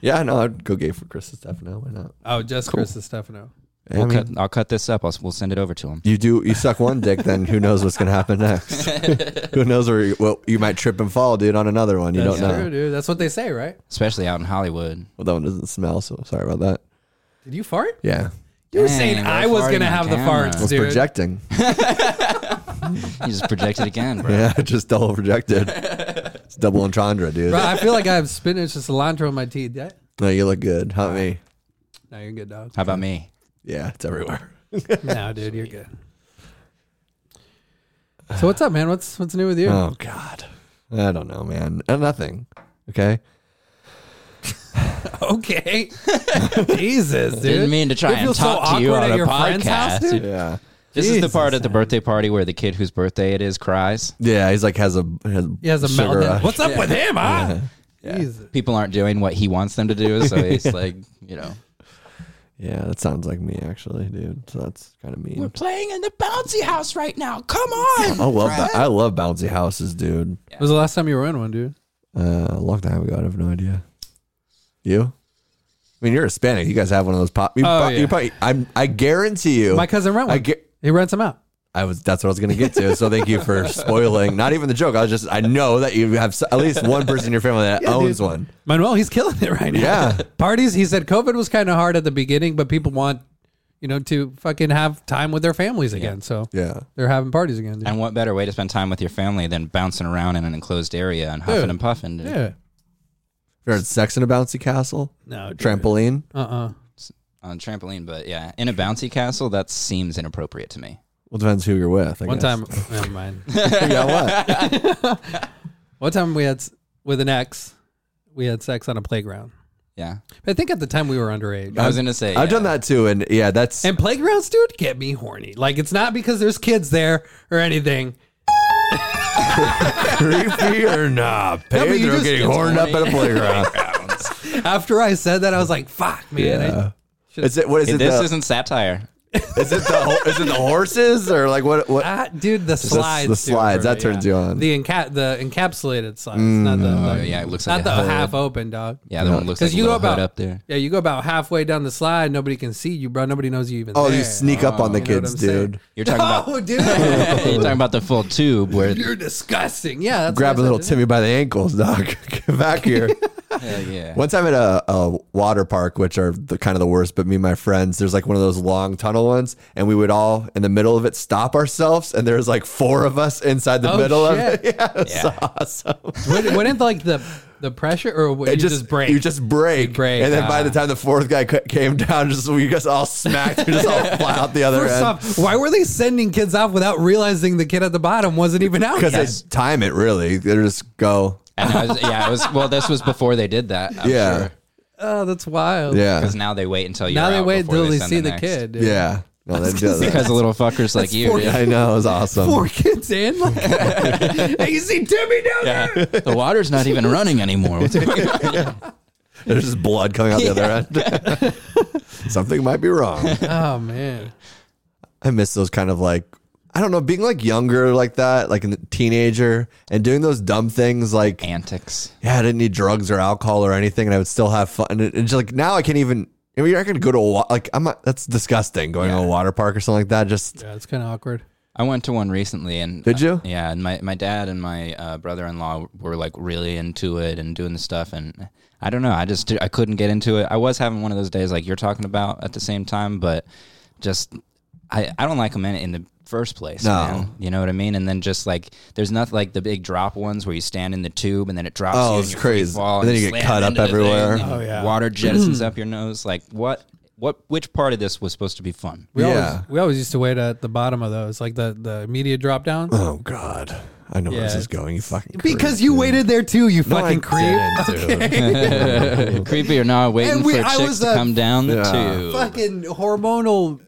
yeah, no, I'd go gay for Chris Stefano. Why not?
Oh, just Chris Stefano.
I mean,
Cut, I'll cut this up. I'll, we'll send it over to him.
you do you suck one dick, then who knows what's gonna happen next?
[laughs]
who knows where you, well, you might trip and fall, dude, on another one. You
That's
don't know.
true, dude. That's what they say, right?
especially out in Hollywood.
Well, that one doesn't smell, so sorry about that.
Did you fart?
Yeah,
You were
Dang,
saying
we're
I was
farting
gonna
on
have the
camera.
farts,
was
dude. [laughs]
projecting.
You just project it again, bro.
Yeah, [laughs] just double projected. it's double entendre, dude.
Bro, I feel like I have spinach and cilantro in my teeth. Yeah?
No, you look good. Not me.
No, you're good, dog.
How about me?
Yeah,
[laughs]
it's everywhere.
no, dude, you're good. So what's up, man? What's what's new with you?
Oh God, I don't know, man. Uh, nothing. Okay.
[laughs]
Okay, Jesus, dude.
Didn't mean to try
You
and
feel so
talk to you
awkward
on
at
a
your friend's house,
podcast.
dude?
Yeah.
This is the part at the birthday party where the kid whose birthday it is cries.
Yeah, he's like has a has,
He has a
sugar
meltdown.
rush.
What's up with him, huh? Jesus.
People aren't doing what he wants them to do,
[laughs]
so it's like you know,
Yeah, that sounds like me actually, dude. So that's kind of mean.
playing in the bouncy house right now. Come on,
I love that. I love bouncy houses, dude.
When was the last time you were in one, dude?
Uh, a long time ago, I have no idea. You? I mean, you're Hispanic. You guys have one of those pop. You,
Oh,
prob- you
yeah.
probably. I'm. I guarantee you.
My cousin rent
I
one.
get.
He rents them out.
I was that's what I was gonna get to. So thank you
[laughs]
for spoiling. Not even the joke. I was just I know that you have s- at least one person in your family
[laughs]
that owns one.
Manuel, he's killing it right now.
Yeah.
[laughs] Parties, he said COVID was kind of hard at the beginning, but people want, you know, to fucking have time with their families again. So
Yeah.
they're having parties again. Dude.
And what better way to spend time with your family than bouncing around in an enclosed area and huffing
Dude.
and puffing? dude?
Yeah.
You heard sex in a bouncy castle?
No, dude.
Trampoline?
Uh-uh.
On a trampoline, but yeah, in a bouncy castle, that seems inappropriate to me.
Well depends who you're with. I
One
guess. [laughs]
time, never mind.
[laughs]
you got
[laughs]
what?
One time we had, s- with an ex, we had sex on a playground.
Yeah,
But I think at the time we were underage.
I was gonna say
I've
yeah.
done that too, and yeah,
[laughs]
that's
And playgrounds, dude, get me horny. Like it's not because there's kids there or anything. [laughs]
creepy or not. Pedro
but you just-
getting
it's
horned up at a playground.
[laughs] After I said that, I was like, "Fuck, man!" I-
yeah. Is it what is it?
This
the,
isn't satire.
is it the ho- is it the horses or like what
[laughs]
what?
Ah, dude, the slides.
the
dude,
slides,
bro,
that turns you on. Mm,
The enca- the encapsulated slides, not the, the-
yeah, it looks
not
like
the
a hood.
half open dog.
Yeah, the one looks like
you
you
go
a
about
about up there.
Yeah, you go about halfway down the slide, nobody can see you, bro. Nobody knows you even.
Oh,
there.
you sneak up on the
know what
kids,
I'm saying?
dude.
You're talking
[laughs]
about
Oh, dude,
[laughs] You're talking about the full tube where
[laughs] you're disgusting. Yeah, that's
Grab a
what I
little
said, [laughs]
Timmy by the ankles, dog. [laughs] Get back here.
Hell yeah.
One time at a, a water park, which are the kind of the worst, but me and my friends, there's like one of those long tunnel ones, and we would all in the middle of it stop ourselves, and there's like four of us inside the
Oh,
middle
shit.
of it. [laughs] Yeah, it's
Yeah.
awesome.
Wouldn't, wouldn't, like the the pressure or would
It
you just, break?
You just break,
break,
and then by
ah.
the time the fourth guy c- came down, just we just all smacked, we just all
[laughs]
fly out the other
First
end.
off, why were they sending kids off without realizing the kid at the bottom wasn't even out?
Because
yet?
they time it really, they just go,
And I was, yeah, I was, well, this was before they did that. I'm
Yeah.
Oh, that's wild.
yeah,
Because now they wait until you're
Now they
out
wait
before
until they
send
see the,
next.
kid. dude.
yeah.
[laughs]
No, they do that.
[laughs] Because of little fuckers like you.
four
dude.
[laughs] I know it was awesome.
[laughs] Four kids in. [laughs] Like, hey, you see Timmy down there?
[laughs] Yeah. [laughs] The water's not even running anymore. What's going on?
There's just blood coming out the other end. [laughs] Something might be wrong.
Oh man.
I miss those kind of like I don't know, being like younger like that, like a teenager, and doing those dumb things like
Antics.
yeah, I didn't need drugs or alcohol or anything, and I would still have fun. And it's just like now I can't even. I mean, you're not going to go to a wa- like I'm not. That's disgusting. Going to a water park or something like that. Just
Yeah, it's kind of awkward.
I went to one recently, and
Did you?
uh, yeah, and my, my dad and my uh, brother in law were like really into it and doing the stuff, and I don't know, I just I couldn't get into it. I was having one of those days like you're talking about at the same time, but just I I don't like them in, in the first place.
No.
man. you know what I mean. And then just like there's nothing like the big drop ones where you stand in the tube and then it drops.
Oh,
you
it's
and you free
crazy.
fall
And then you
slam
get cut up
into the thing
everywhere.
and
Oh, yeah.
[clears throat]
water jettisons up your nose. Like what? What? Which part of this was supposed to be fun?
We
Yeah.
always we always used to wait at the bottom of those, like the the immediate drop down.
oh god, I know where this
Yeah.
is going. You fucking
[laughs] Because
creep,
you
dude.
waited there too, you
No, I
fucking creep.
didn't,
[laughs]
dude.
Creepy or not, waiting
And we-
for
I
chicks
was uh,
to
a-
come down the
Yeah.
tube.
Fucking hormonal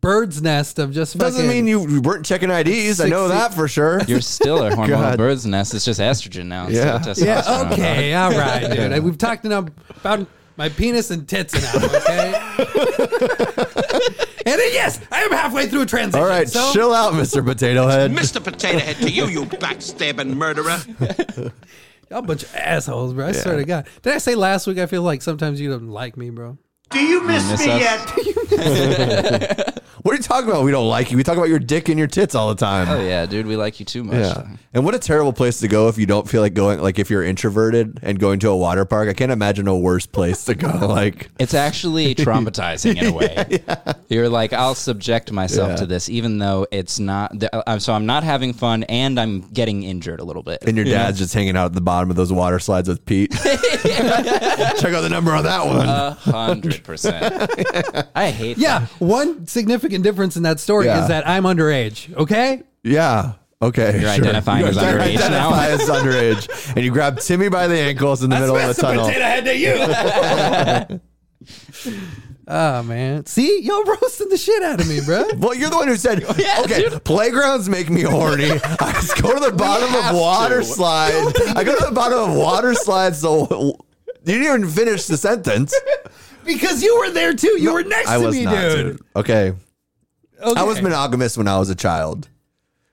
bird's nest of just fucking.
[laughs] Doesn't mean you weren't checking IDs. I know
Sixty-
that for sure.
You're still
[laughs]
a hormonal
God.
bird's nest. It's just estrogen now.
Yeah.
Instead of
Yeah.
testosterone.
Okay. All right, dude. We've talked enough about my penis and tits an hour.
[laughs]
Okay. and then, yes, I am halfway through a transition.
All right,
so
chill out, Mister Potato Head.
Mr. Potato Head to you, you backstabbing murderer.
Y'all a bunch of assholes, bro. I swear to God. Did I say last week? I feel like sometimes you don't like me, bro.
Do you miss,
miss
me
us?
yet?
What are you talking about? We don't like you. We talk about your dick and your tits all the time.
Oh yeah, dude, we like you too much.
Yeah. And what a terrible place to go if you don't feel like going, like if you're introverted and going to a water park. I can't imagine a worse place to go. [laughs] Like,
It's
[laughs]
actually traumatizing in a way. You're like, I'll subject myself
Yeah.
to this, even though it's not. th- I'm so I'm not having fun, and I'm getting injured a little bit.
and your dad's just hanging out at the bottom of those water slides with
[laughs]
Pete. Check out the number on that one.
A hundred
[laughs]
percent. I hate.
Yeah. One significant difference in that story
Yeah.
is that I'm underage. Okay.
yeah. Okay.
You're identifying as underage now?
identify as underage. And you grab Timmy by the ankles in the middle of the tunnel.
head to you.
[laughs]
oh man. See, y'all roasted the shit out of me,
[laughs]
bro.
Well, you're the one
[laughs]
who said, okay, playgrounds make me horny. I just go to the bottom of water slides. I go to the bottom of
[laughs]
water slides. So you didn't even finish the sentence.
because you were there too. You were next
I
to
was
me,
not,
dude.
dude. Okay.
Okay.
I was monogamous when I was a child.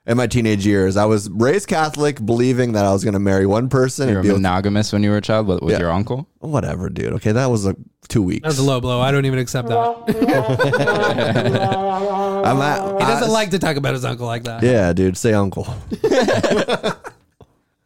In my teenage years, I was raised Catholic, believing that I was going to marry one person
You're
and be with,
monogamous when you were a child with, with your uncle.
whatever, dude. Okay, that was like two weeks.
That was a low blow. I don't even accept that. He
I'm at, he
doesn't like to talk about his uncle like that.
Yeah, dude. Say
[laughs]
uncle. [laughs] uh,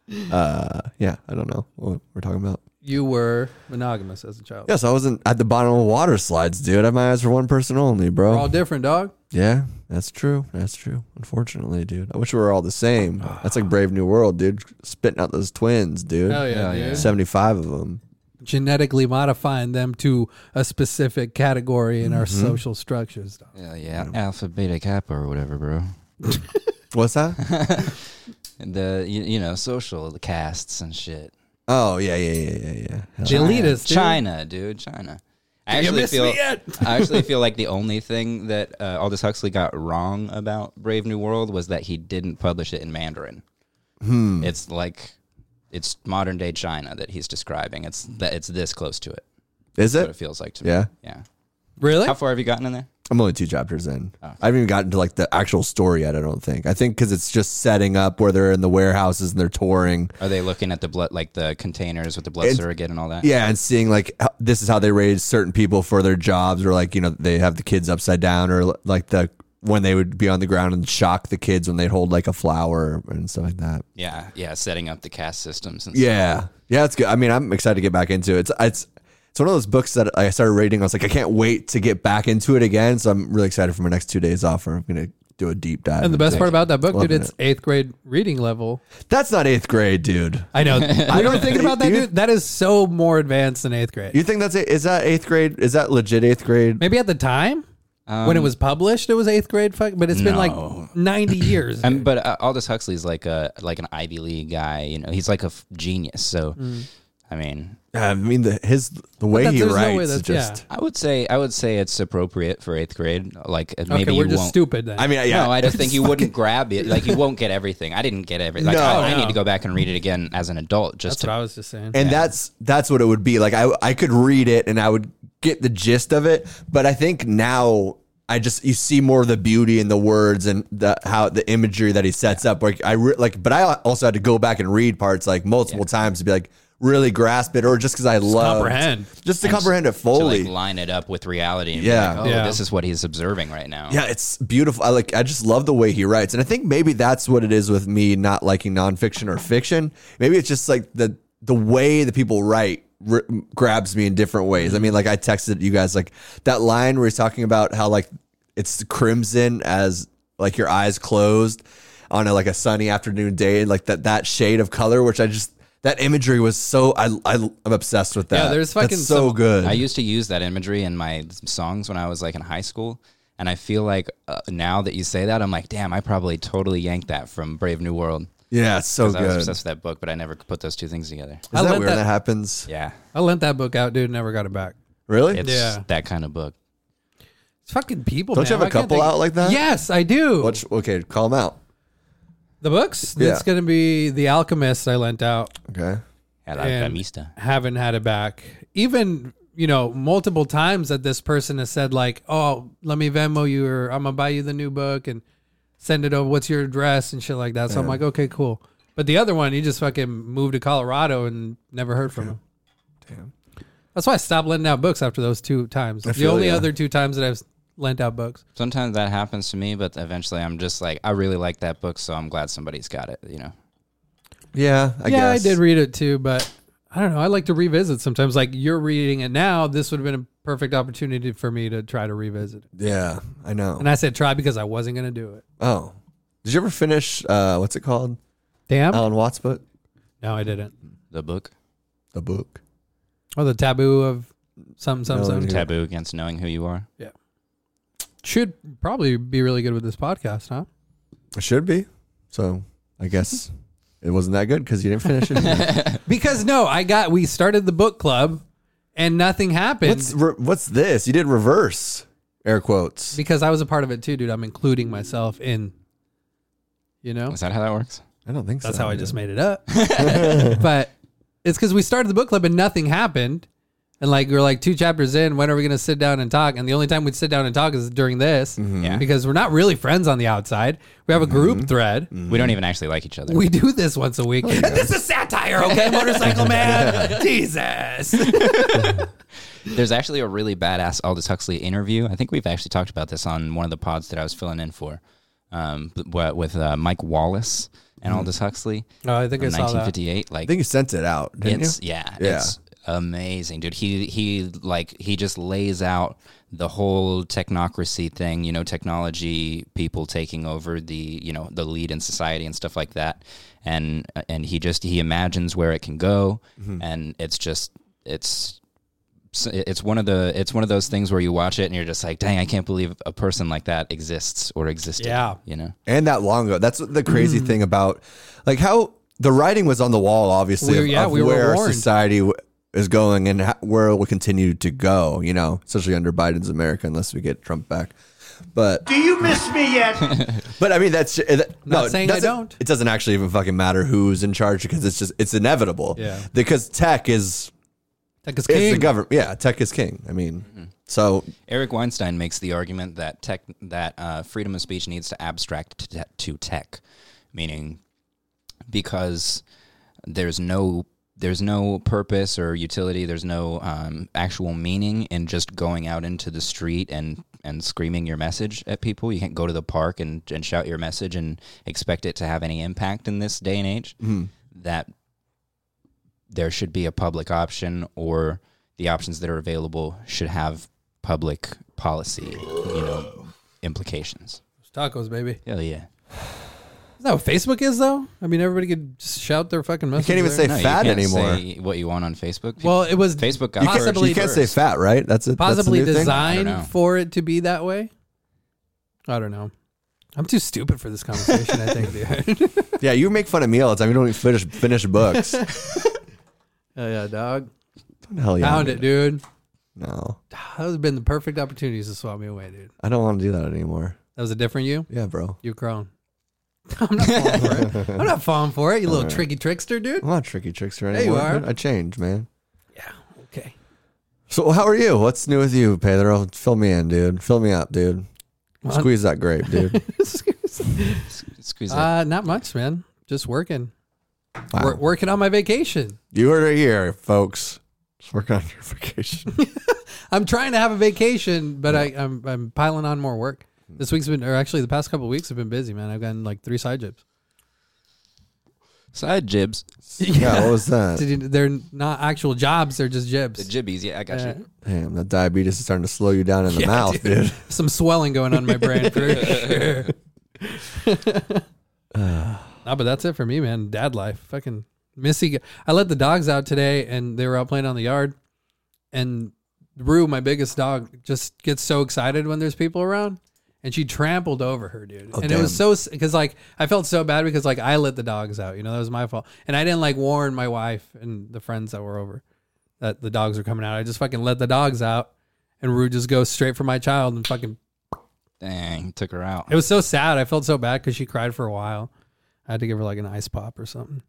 yeah, I don't know what we're talking about.
You were monogamous as a child.
Yes, I wasn't at the bottom of water slides, dude. I had my eyes for one person only,
We're all
bro.
different, dog.
Yeah, that's true. That's true. Unfortunately, dude. I wish we were all the same. That's like Brave New World, dude. Spitting out those twins, dude.
Hell yeah, dude.
75 of them.
Genetically modifying them to a specific category in our social structures. Dog.
Yeah, yeah. Alpha, beta, kappa, or whatever, bro.
What's that?
The you, you know social castes and shit.
[laughs] oh, yeah, yeah, yeah, yeah, yeah. Hell,
Jelitas, dude.
China, dude, China.
You
I actually
missed
feel.
me yet.
[laughs]
I actually feel like the only thing that uh, Aldous Huxley got wrong about Brave New World was that he didn't publish it in Mandarin.
Hmm.
It's like it's modern day China that he's describing. It's that it's this close to it.
Is
What it
it?
feels like to
Yeah.
me. Yeah.
Really?
How far have you gotten in there?
I'm only two chapters in.
Oh,
I haven't even gotten to like the actual story yet, I don't think. I think because it's just setting up where they're in the warehouses and they're touring.
Are they looking at the blood, like the containers with the blood
It's-
surrogate and all that?
Yeah, and seeing like how, this is how they raise certain people for their jobs, or like you know they have the kids upside down, or like the when they would be on the ground and shock the kids when they'd hold like a flower and stuff like that.
Yeah, yeah, setting up the cast systems. And
Yeah, yeah, it's good. I mean, I'm excited to get back into it. It's it's it's one of those books that I started reading. I was like, I can't wait to get back into it again. So I'm really excited for my next two days off. Where I'm gonna do a deep dive.
And the best part about that book, dude,
Loving
it's eighth grade reading level.
that's not eighth grade, dude.
I know. we were thinking about that,
You-
dude. That is so more advanced than eighth grade.
You think that's it? Is that eighth grade? Is that legit eighth grade?
Maybe at the time when it was published, it was eighth grade. Fuck, but it's been
No.
like ninety years.
Um, but uh, Aldous Huxley's like a like an Ivy League guy. You know, he's like a f- genius. So,
Mm.
I mean,
I mean, the his the way
that's-
he
there's no
writes
way
is
that's-
just.
I would say I would say it's appropriate for eighth grade. Like uh,
okay,
maybe
we're
you
just
won't.
stupid then.
I mean, yeah,
No, I just think
[laughs]
you wouldn't grab it. Like you won't get everything. I didn't get everything. Like, oh,
No.
I, I
No.
need to go back and read it again as an adult just
that's what
to
I was just saying.
and that's that's what it would be like i i could read it and i would get the gist of it but i think now i just you see more of the beauty in the words and the how the imagery that he sets up like i re- like but i also had to go back and read parts like multiple times to be like really grasp it or just because i love
comprehend.
just to comprehend it
to
fully
like line it up with reality. And
Yeah.
be like, oh,
Yeah.
this is what he's observing right now.
yeah, it's beautiful. I like. I just love the way he writes, and I think maybe that's what it is with me not liking nonfiction or fiction. Maybe it's just like the the way that people write r- grabs me in different ways. I mean, like I texted you guys like that line where he's talking about how like it's crimson as like your eyes closed on a, like a sunny afternoon day, like that that shade of color, which I just that imagery was so I, I am obsessed with that.
Yeah, there's
That's
fucking
so
some-
good.
I used to use that imagery in my songs when I was like in high school. And I feel like uh, now that you say that, I'm like, damn, I probably totally yanked that from Brave New World.
yeah, it's so
'Cause I was
good. Isn't
obsessed with that book, but I never put those two things together.
I
that
lent
weird when
that-
that happens?
Yeah.
I lent that book out, dude. Never got it back.
Really?
It's
Yeah.
that kind of book.
It's fucking people.
Don't you
man.
have a
I can't
couple
think-
out like that?
Yes, I do.
What sh- okay, call him out.
the books?
Yeah.
It's going to be The Alchemist. I lent out.
Okay.
At
And-
Alchemista.
haven't had it back. Even you know multiple times that this person has said like, "Oh, let me Venmo you," or "I'm gonna buy you the new book and send it over. What's your address?" and shit like that. So I'm like, okay, cool. But the other one, he just fucking moved to Colorado and never heard from him.
Damn.
That's why I stopped lending out books after those two times. The
feel
only
ya.
other two times that I've lent out books.
Sometimes that happens to me, but eventually I'm just like, I really like that book, so I'm glad somebody's got it, you know?
Yeah, I
yeah,
guess.
I did read it too, but I don't know. I like to revisit sometimes. Like you're reading it now, this would have been a perfect opportunity for me to try to revisit it.
yeah, I know.
And I said try because I wasn't gonna do it.
oh, did you ever finish? Uh, what's it called?
Damn.
Alan Watts' book.
No, I didn't.
The book.
The book.
Oh, the taboo of some some
No,
some.
dude. Yeah.
Taboo against knowing who you are.
Should probably be really good with this podcast, huh?
It should be. So I guess it wasn't that good because you didn't finish it.
[laughs] Because no, I got we started the book club and nothing happened
what's re- what's this? You did reverse air quotes.
because I was a part of it too, dude. I'm including myself in you know.
Is that how that works?
I don't think so.
That's how I just made it up.
[laughs]
but it's cuz we started the book club and nothing happened. And like we're like two chapters in, when are we going to sit down and talk? And the only time we'd sit down and talk is during this
Mm-hmm.
Yeah.
because we're not really friends on the outside. We have a group thread.
Mm-hmm. Mm.
We don't even actually like each other.
We do this once a week. [laughs]
Oh,
this is satire, okay, motorcycle man? Jesus.
There's actually a really badass Aldous Huxley interview. I think we've actually talked about this on one of the pods that I was filling in for, um, b- wh- with uh, Mike Wallace and Aldous Huxley.
Mm-hmm. Oh, I think I
from
saw that.
1958. Like
I think you sent it out, didn't
it's
you?
yeah,
Yeah.
it's amazing, dude. He he like he just lays out the whole technocracy thing. You know, technology people taking over the you know the lead in society and stuff like that. And and he just he imagines where it can go, and it's just it's s- it's one of the it's one of those things where you watch it and you're just like dang i can't believe a person like that exists or existed
Yeah.
you know
And that long ago. That's the crazy
Hmm.
thing about like how the writing was on the wall, obviously,
We-
of,
yeah,
of
we were
where
warned.
society w- is going and ho- where it will continue to go. You know, especially under Biden's America, unless we get Trump back. But
Do you miss
[laughs]
me yet?
But I mean, that's it- that,
Not
no, it
saying I
doesn't-
don't.
It doesn't actually even fucking matter who's in charge because it's just it's inevitable.
Yeah.
Because tech is
Like it's
it's the
king. Mm-hmm.
government. Yeah, tech is king. I mean, so
Eric Weinstein makes the argument that tech that uh, freedom of speech needs to abstract to, te- to tech, meaning because there's no there's no purpose or utility. There's no um, actual meaning in just going out into the street and, and screaming your message at people. You can't go to the park and, and shout your message and expect it to have any impact in this day and age. That there should be a public option, or the options that are available should have public policy, you know, implications.
Tacos, baby.
Hell yeah.
Is that what Facebook is, though? I mean, everybody could just shout their fucking message.
can't even
there.
say
No, you
fad
can't
anymore.
say what you want on Facebook.
Well, it was
Facebook got
You can't,
possibly
you can't say fat, right? That's it.
possibly
that's a new thing?
I don't know.
designed for it to be that way. I don't know. I'm too stupid for this conversation. I think, [laughs] dude.
Yeah, you make fun of me all the time. You don't even finish
[laughs]
finish books. [laughs]
Hell Oh, yeah, dog.
Hell yeah,
Found it, dude.
No,
That has been the perfect opportunity to swap me away, dude.
I don't want to do that anymore.
That was a different you.
Yeah, bro.
You grown. [laughs] I'm not falling for
[laughs]
it. I'm not falling for it. You little tricky trickster, dude.
I'm not tricky trickster
you
anymore.
are.
I changed, man.
Yeah.
[laughs]
Okay.
So how are you? What's new with you, Pedro? Fill me in, dude. Fill me up, dude.
What?
Squeeze that grape,
[laughs]
dude.
Squeeze it.
uh, not much, man. Just working.
Wow.
Wor- working on my vacation.
you heard it here, folks. Just work on your [laughs] vacation.
[laughs] I'm trying to have a vacation, but I, I'm I'm piling on more work. This week's been, or actually, the past couple weeks have been busy, man. I've gotten like three side jobs.
Side jibs.
yeah, what was that?
Did you- They're not actual jobs; they're just
The
jibs.
jibbies. Yeah, I got
Uh,
you.
Damn, that diabetes is starting to slow you down in the
Yeah,
mouth, dude.
Some swelling going on in my brain
[laughs]
for sure. nah, but that's it for me, man. Dad life, fucking Missy. g- I let the dogs out today, and they were out playing on the yard. And Rue, my biggest dog, just gets so excited when there's people around, and she trampled over her, dude. and it was so because like I felt so bad because like I let the dogs out, you know, that was my fault, and I didn't like warn my wife and the friends that were over that the dogs were coming out. I just fucking let the dogs out, and Rue just goes straight for my child and fucking
Dang, took her out.
it was so sad. I felt so bad because she cried for a while. I had to give her like an ice pop or something.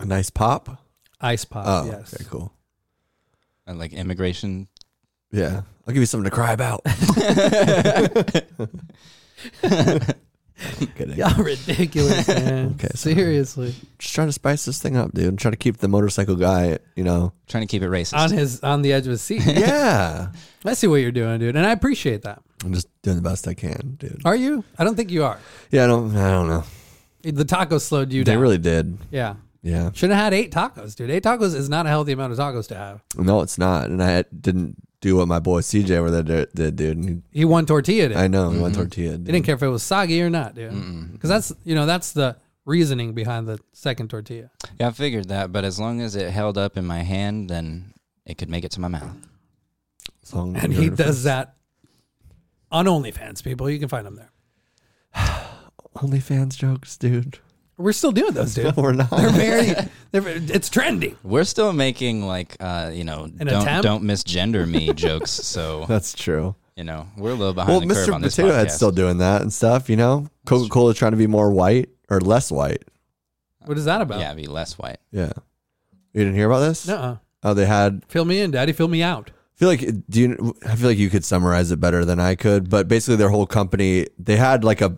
A nice pop.
Ice pop,
Oh,
yes.
okay, cool.
And, Uh, like immigration.
Yeah, I'll give you something to
[laughs]
cry about.
[laughs]
Kidding.
Y'all ridiculous, man.
[laughs] Okay, sorry.
Seriously,
Just trying to spice this thing up, dude. I'm trying to keep the motorcycle guy,
[laughs]
you know.
Trying to keep it racist.
on his on the edge of his seat.
[laughs] Yeah,
I see what you're doing, dude, and I appreciate that.
I'm just doing the best I can, dude.
Are you? I don't think you are.
Yeah, I don't. I don't know.
The tacos slowed you
They
down.
really did.
yeah.
Yeah.
Should have had eight tacos, dude. Eight tacos is not a healthy amount of tacos to have.
No, it's not. And I had- didn't do what my boy CJ over there did- did, dude. And he-
He won tortilla. Did.
I know he went
They
tortilla. Dude.
Mm-hmm. didn't care if it was soggy or not, dude. Because that's you know that's the reasoning behind the second tortilla.
yeah, I figured that, but as long as it held up in my hand, then it could make it to my mouth.
Song
And he does that on OnlyFans, people. You can find him there.
[laughs] OnlyFans jokes, dude.
We're still doing those, dude.
[laughs] We're not.
They're very. They're, it's trendy.
We're still making like uh, you know, don't
attempt?
don't misgender me jokes. [laughs] So
That's true.
you know, we're a little behind
Well,
the curve
Mr.
on this
Potato Head's
podcast.
still doing that and stuff, you know? Coca Cola trying to be more white or less white.
What is that about?
yeah, be less white.
Yeah. You didn't hear about this?
Nuh-uh.
Oh, they had
Fill me in, Daddy. Fill me out.
I feel like do you, I feel like you could summarize it better than I could, but basically their whole company they had like a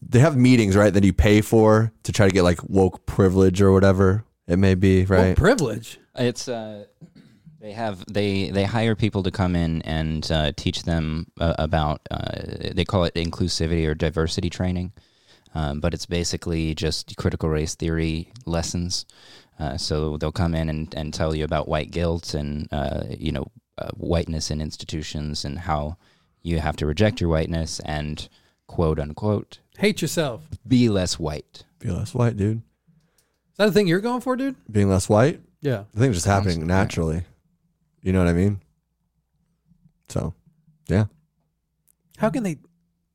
they have meetings right that you pay for to try to get like woke privilege or whatever it may be,
What
right?
privilege.
It's uh, they have they they hire people to come in and uh, teach them uh, about uh, they call it inclusivity or diversity training, um, but it's basically just critical race theory lessons. Uh, so they'll come in and, and tell you about white guilt and uh, you know uh, whiteness in institutions and how you have to reject your whiteness and quote unquote
Hate yourself. Is
be less white.
Be less white, dude.
that the thing you're going for, dude?
Being less white,
Yeah.
I think it's just happening naturally. You know what I mean? So, yeah,
How can they?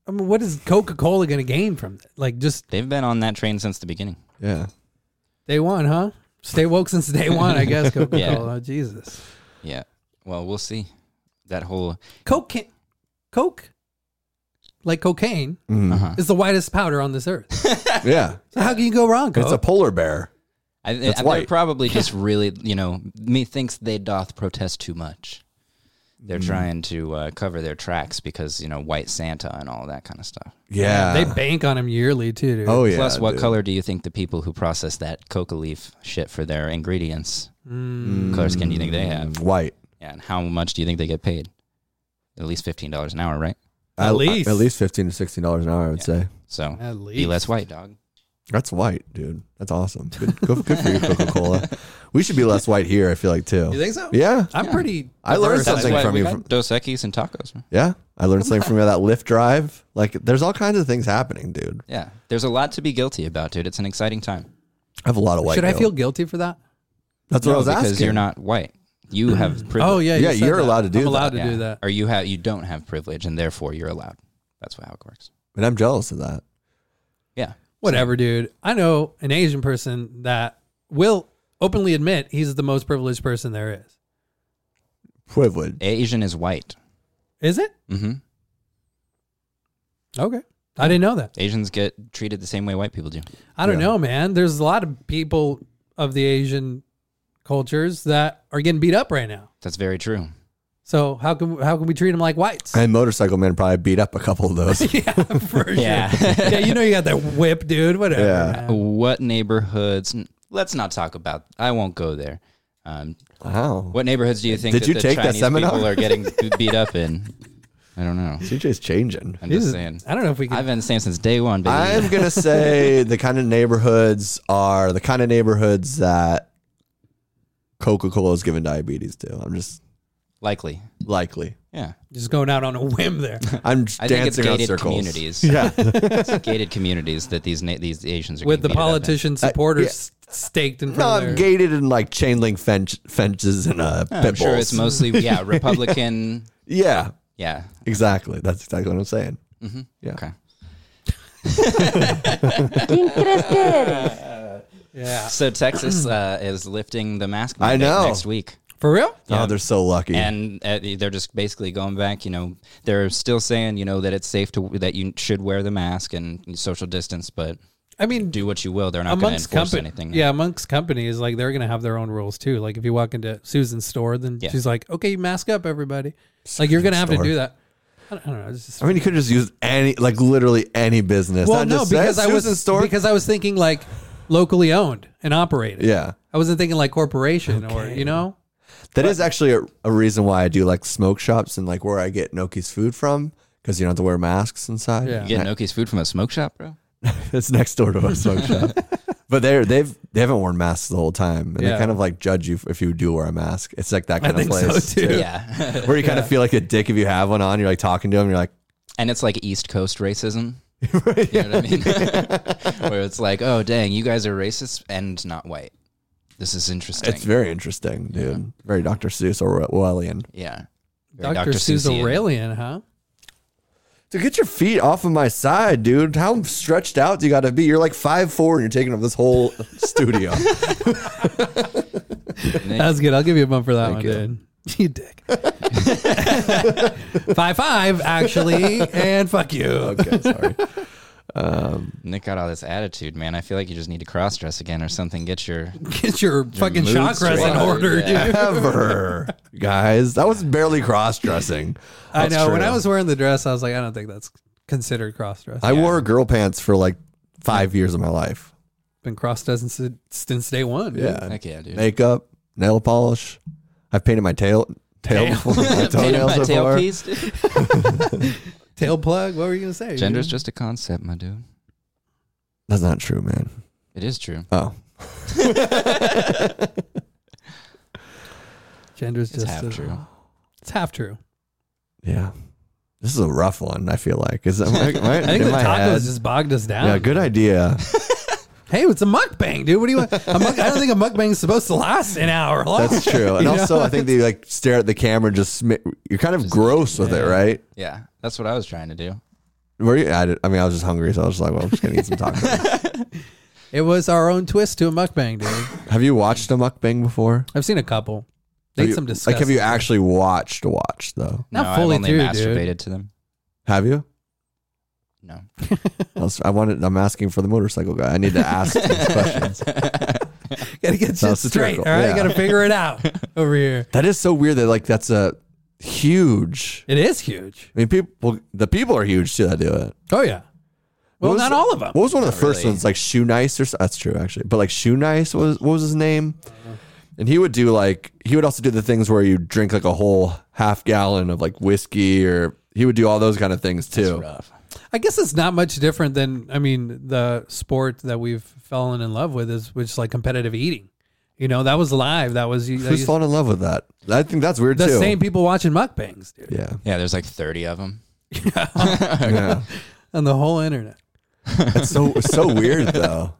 I mean, what is Coca Cola going to gain from that? Like, just
They've been on that train since the beginning.
yeah.
[laughs]
day one, huh? Stay woke since day one, I [laughs] guess. Coca Cola.
Yeah.
Oh, Jesus.
Yeah. Well, we'll see. That whole
Coke, can, Coke, like cocaine,
Mhm.
uh-huh.
is the whitest powder on this earth. [laughs]
yeah.
So how can you go wrong, Coke?
It's a polar bear.
I, I,
That's
they're [laughs]
white.
probably just really, you know, methinks they doth protest too much. They're trying to uh, cover their tracks because you know White Santa and all that kind of stuff.
Yeah.
They bank on him yearly too, dude.
oh yeah.
Plus, what
dude.
color do you think the people who process that coca leaf shit for their ingredients? Mm. Color skin do you think they have?
White.
Yeah, and how much do you think they get paid? At least fifteen dollars an hour, right?
At
I-
least.
at least fifteen to sixteen dollars an hour. I would say
So
At
be
least.
less white, dog.
that's white, dude. That's awesome. Good, good, good for you, Coca Cola. We should be less white here. I feel like too.
You think so?
Yeah.
I'm pretty.
I learned
diverse, I
That's
something
think.
why
from
we
you
got
from-
Dos Equis and tacos. man.
Yeah. I learned something from that Lyft drive. Like, there's all kinds of things happening, dude.
Yeah, there's a lot to be guilty about, dude. It's an exciting time.
I have a lot of white.
Should I
guilt.
feel guilty for that?
That's what I was
because
asking.
you're not white. You
[clears throat]
have privilege.
Oh yeah,
Yeah,
you said
you're
that.
allowed to do
I'm
that.
allowed to
Yeah.
do that.
Or you have you don't have privilege, and therefore you're allowed. That's how it works.
and I'm jealous of that.
Yeah.
Whatever, dude. I know an Asian person that will openly admit he's the most privileged person there is.
Privilege.
Asian is white.
Is it?
Mm-hmm.
Okay. I didn't know that.
Asians get treated the same way white people do.
I don't
Yeah.
know, man. There's a lot of people of the Asian cultures that are getting beat up right now.
That's very true.
So how can how can we treat them like
[laughs]
whites? [laughs]
And Motorcycle Man probably beat up a couple of those.
yeah, for
Yeah.
sure. yeah, you know you got that whip, dude. Whatever.
Yeah.
man.
What neighborhoods? n- Let's not talk about. I won't go there. Um,
wow.
what neighborhoods do you think
Did
that
you
the
take that
Chinese
seminar?
people are
[laughs]
getting beat up in? I don't know.
CJ's changing.
I'm
This
just
is-
saying.
I don't know if we can.
I've been saying since day one, baby.
I'm
[laughs]
gonna say the kind of neighborhoods are the kind of neighborhoods that Coca-Cola is giving diabetes to. I'm just
Likely.
likely.
Yeah.
just going out on a whim
[laughs]
there.
I'm
[laughs]
just
I think it's
dancing on
gated
circles.
communities.
[laughs] Yeah,
It's gated communities that these na- these Asians are
with the
getting beat up in.
politician supporters staked in
Uh, no,
front
I'm
of their
gated in like chain link fence, fences and uh, pit
I'm sure
bulls.
it's mostly
[laughs]
yeah Republican.
yeah,
yeah.
exactly. That's exactly what I'm saying. Yeah.
Mm-hmm. Okay.
yeah.
So
[clears throat]
Texas uh, is lifting the mask.
I
mandate
know.
next week.
For real?
Oh, they're so lucky.
And uh, they're just basically going back. You know, they're still saying you know that it's safe to that you should wear the mask and social distance, but
I mean,
do what you will. They're not going to
amongst
enforce
company,
anything.
yeah, amongst companies, like they're gonna have their own rules too. Like if you walk into Susan's store, then
Yeah.
she's like, "Okay, mask up, everybody." Like you're gonna have to
store.
do that. I don't, I don't know. It's just
I mean, you could just use any, like literally any business.
well,
Not
no,
just say,
because I was
Susan store.
because I was thinking like locally owned and operated.
yeah,
I wasn't thinking like corporation or you know.
that is actually a, a reason why I do like smoke shops and like where I get Noki's food from because you don't have to wear masks inside.
Yeah.
You getting Oki's food from a smoke shop, bro?
[laughs] it's next door to a smoke
[laughs]
shop. But they're they've they haven't worn masks the whole time, and
Yeah.
they kind of like judge you if you do wear a mask. It's like that
I
kind of
think so,
place
too. Yeah.
Yeah. [laughs]
where you kind of feel like a dick if you have one on. You're like talking to them, you're like,
and it's like East Coast racism. [laughs] You know what I mean? [laughs] Where it's like, oh dang, you guys are racist and not white. This is interesting.
it's very interesting, dude. Very Dr. Seuss or Orwellian.
yeah. Very
Dr. Susan
Seussian.
Aurelian, huh?
So get your feet off of my side, dude. How stretched out do you got to be? You're like five four, and you're taking up this whole
[laughs]
[laughs] studio.
That was good. I'll give you a bump for that one,
you.
dude. [laughs] You dick. five five, actually, and fuck you.
Okay, sorry.
Nick got all this attitude, man. I feel like you just need to cross dress again or something. Get your
[laughs] Get your, fucking
mood
chakras in
straight.
order,
Yeah.
dude.
Ever, guys. That was barely cross dressing.
I know. When
true.
I was wearing the dress, I was like, I don't think that's considered cross dress.
I wore girl pants for like five years of my life.
Been cross dressing since, since day one. dude.
Yeah.
heck yeah, dude.
makeup, nail polish. I've painted my tail, tail,
[laughs]
my
Painted
toenails
my
before.
tailpiece, dude.
Tail plug. What were you gonna say?
Gender's
dude?
just a concept, my dude.
That's not true, man.
It is true.
Oh,
Gender's
It's
just
half
a-
true.
It's half true.
yeah. This is a rough one. I feel like is that my,
[laughs]
my,
I think
in
the
my
tacos
head?
just bogged us down.
yeah, good idea.
Hey, it's a mukbang, dude. What do you want? A muk- I don't think a mukbang is supposed to last an hour long. [laughs]
That's true. And
You
also,
know?
I think they like stare at the camera. and Just sm- you're kind of gross with it, right?
Yeah. That's what I was trying to do.
Were you? I, did- I mean, I was just hungry, so I was just like, well, I'm just gonna eat
[laughs]
some tacos.
It was our own twist to a mukbang, dude.
have you watched a mukbang before?
I've seen a couple. They had
Have you-
some
Like,
disgusting.
have you actually watched? Watched though?
Not
no,
fully
I've only
through,
masturbated
dude.
to them.
Have you?
No.
I, was, I wanted. I'm asking for the motorcycle guy. I need to
[laughs]
ask these
[laughs]
questions.
gotta get shit straight.
satirical.
All right,
Yeah. [laughs]
gotta figure it out over here.
That is so weird that like that's a huge.
It is huge.
I mean, people the people are huge too that do it.
Oh yeah. Well,
was
not
the-
all of them.
What was one of the first ones? Like Shoe Nice or so- that's true actually. But like Shoe Nice was what was his name? And he would do like he would also do the things where you drink like a whole half gallon of like whiskey or he would do all those kind of things too.
I guess it's not much different than I mean the sport that we've fallen in love with is which is like competitive eating. You know, that was live. That was you,
Who's falling in love with that? I think that's weird
the
too.
same people watching mukbangs, dude, [laughs]
yeah.
Yeah, there's like 30 of them.
yeah.
on the whole internet.
That's so so
[laughs]
weird though.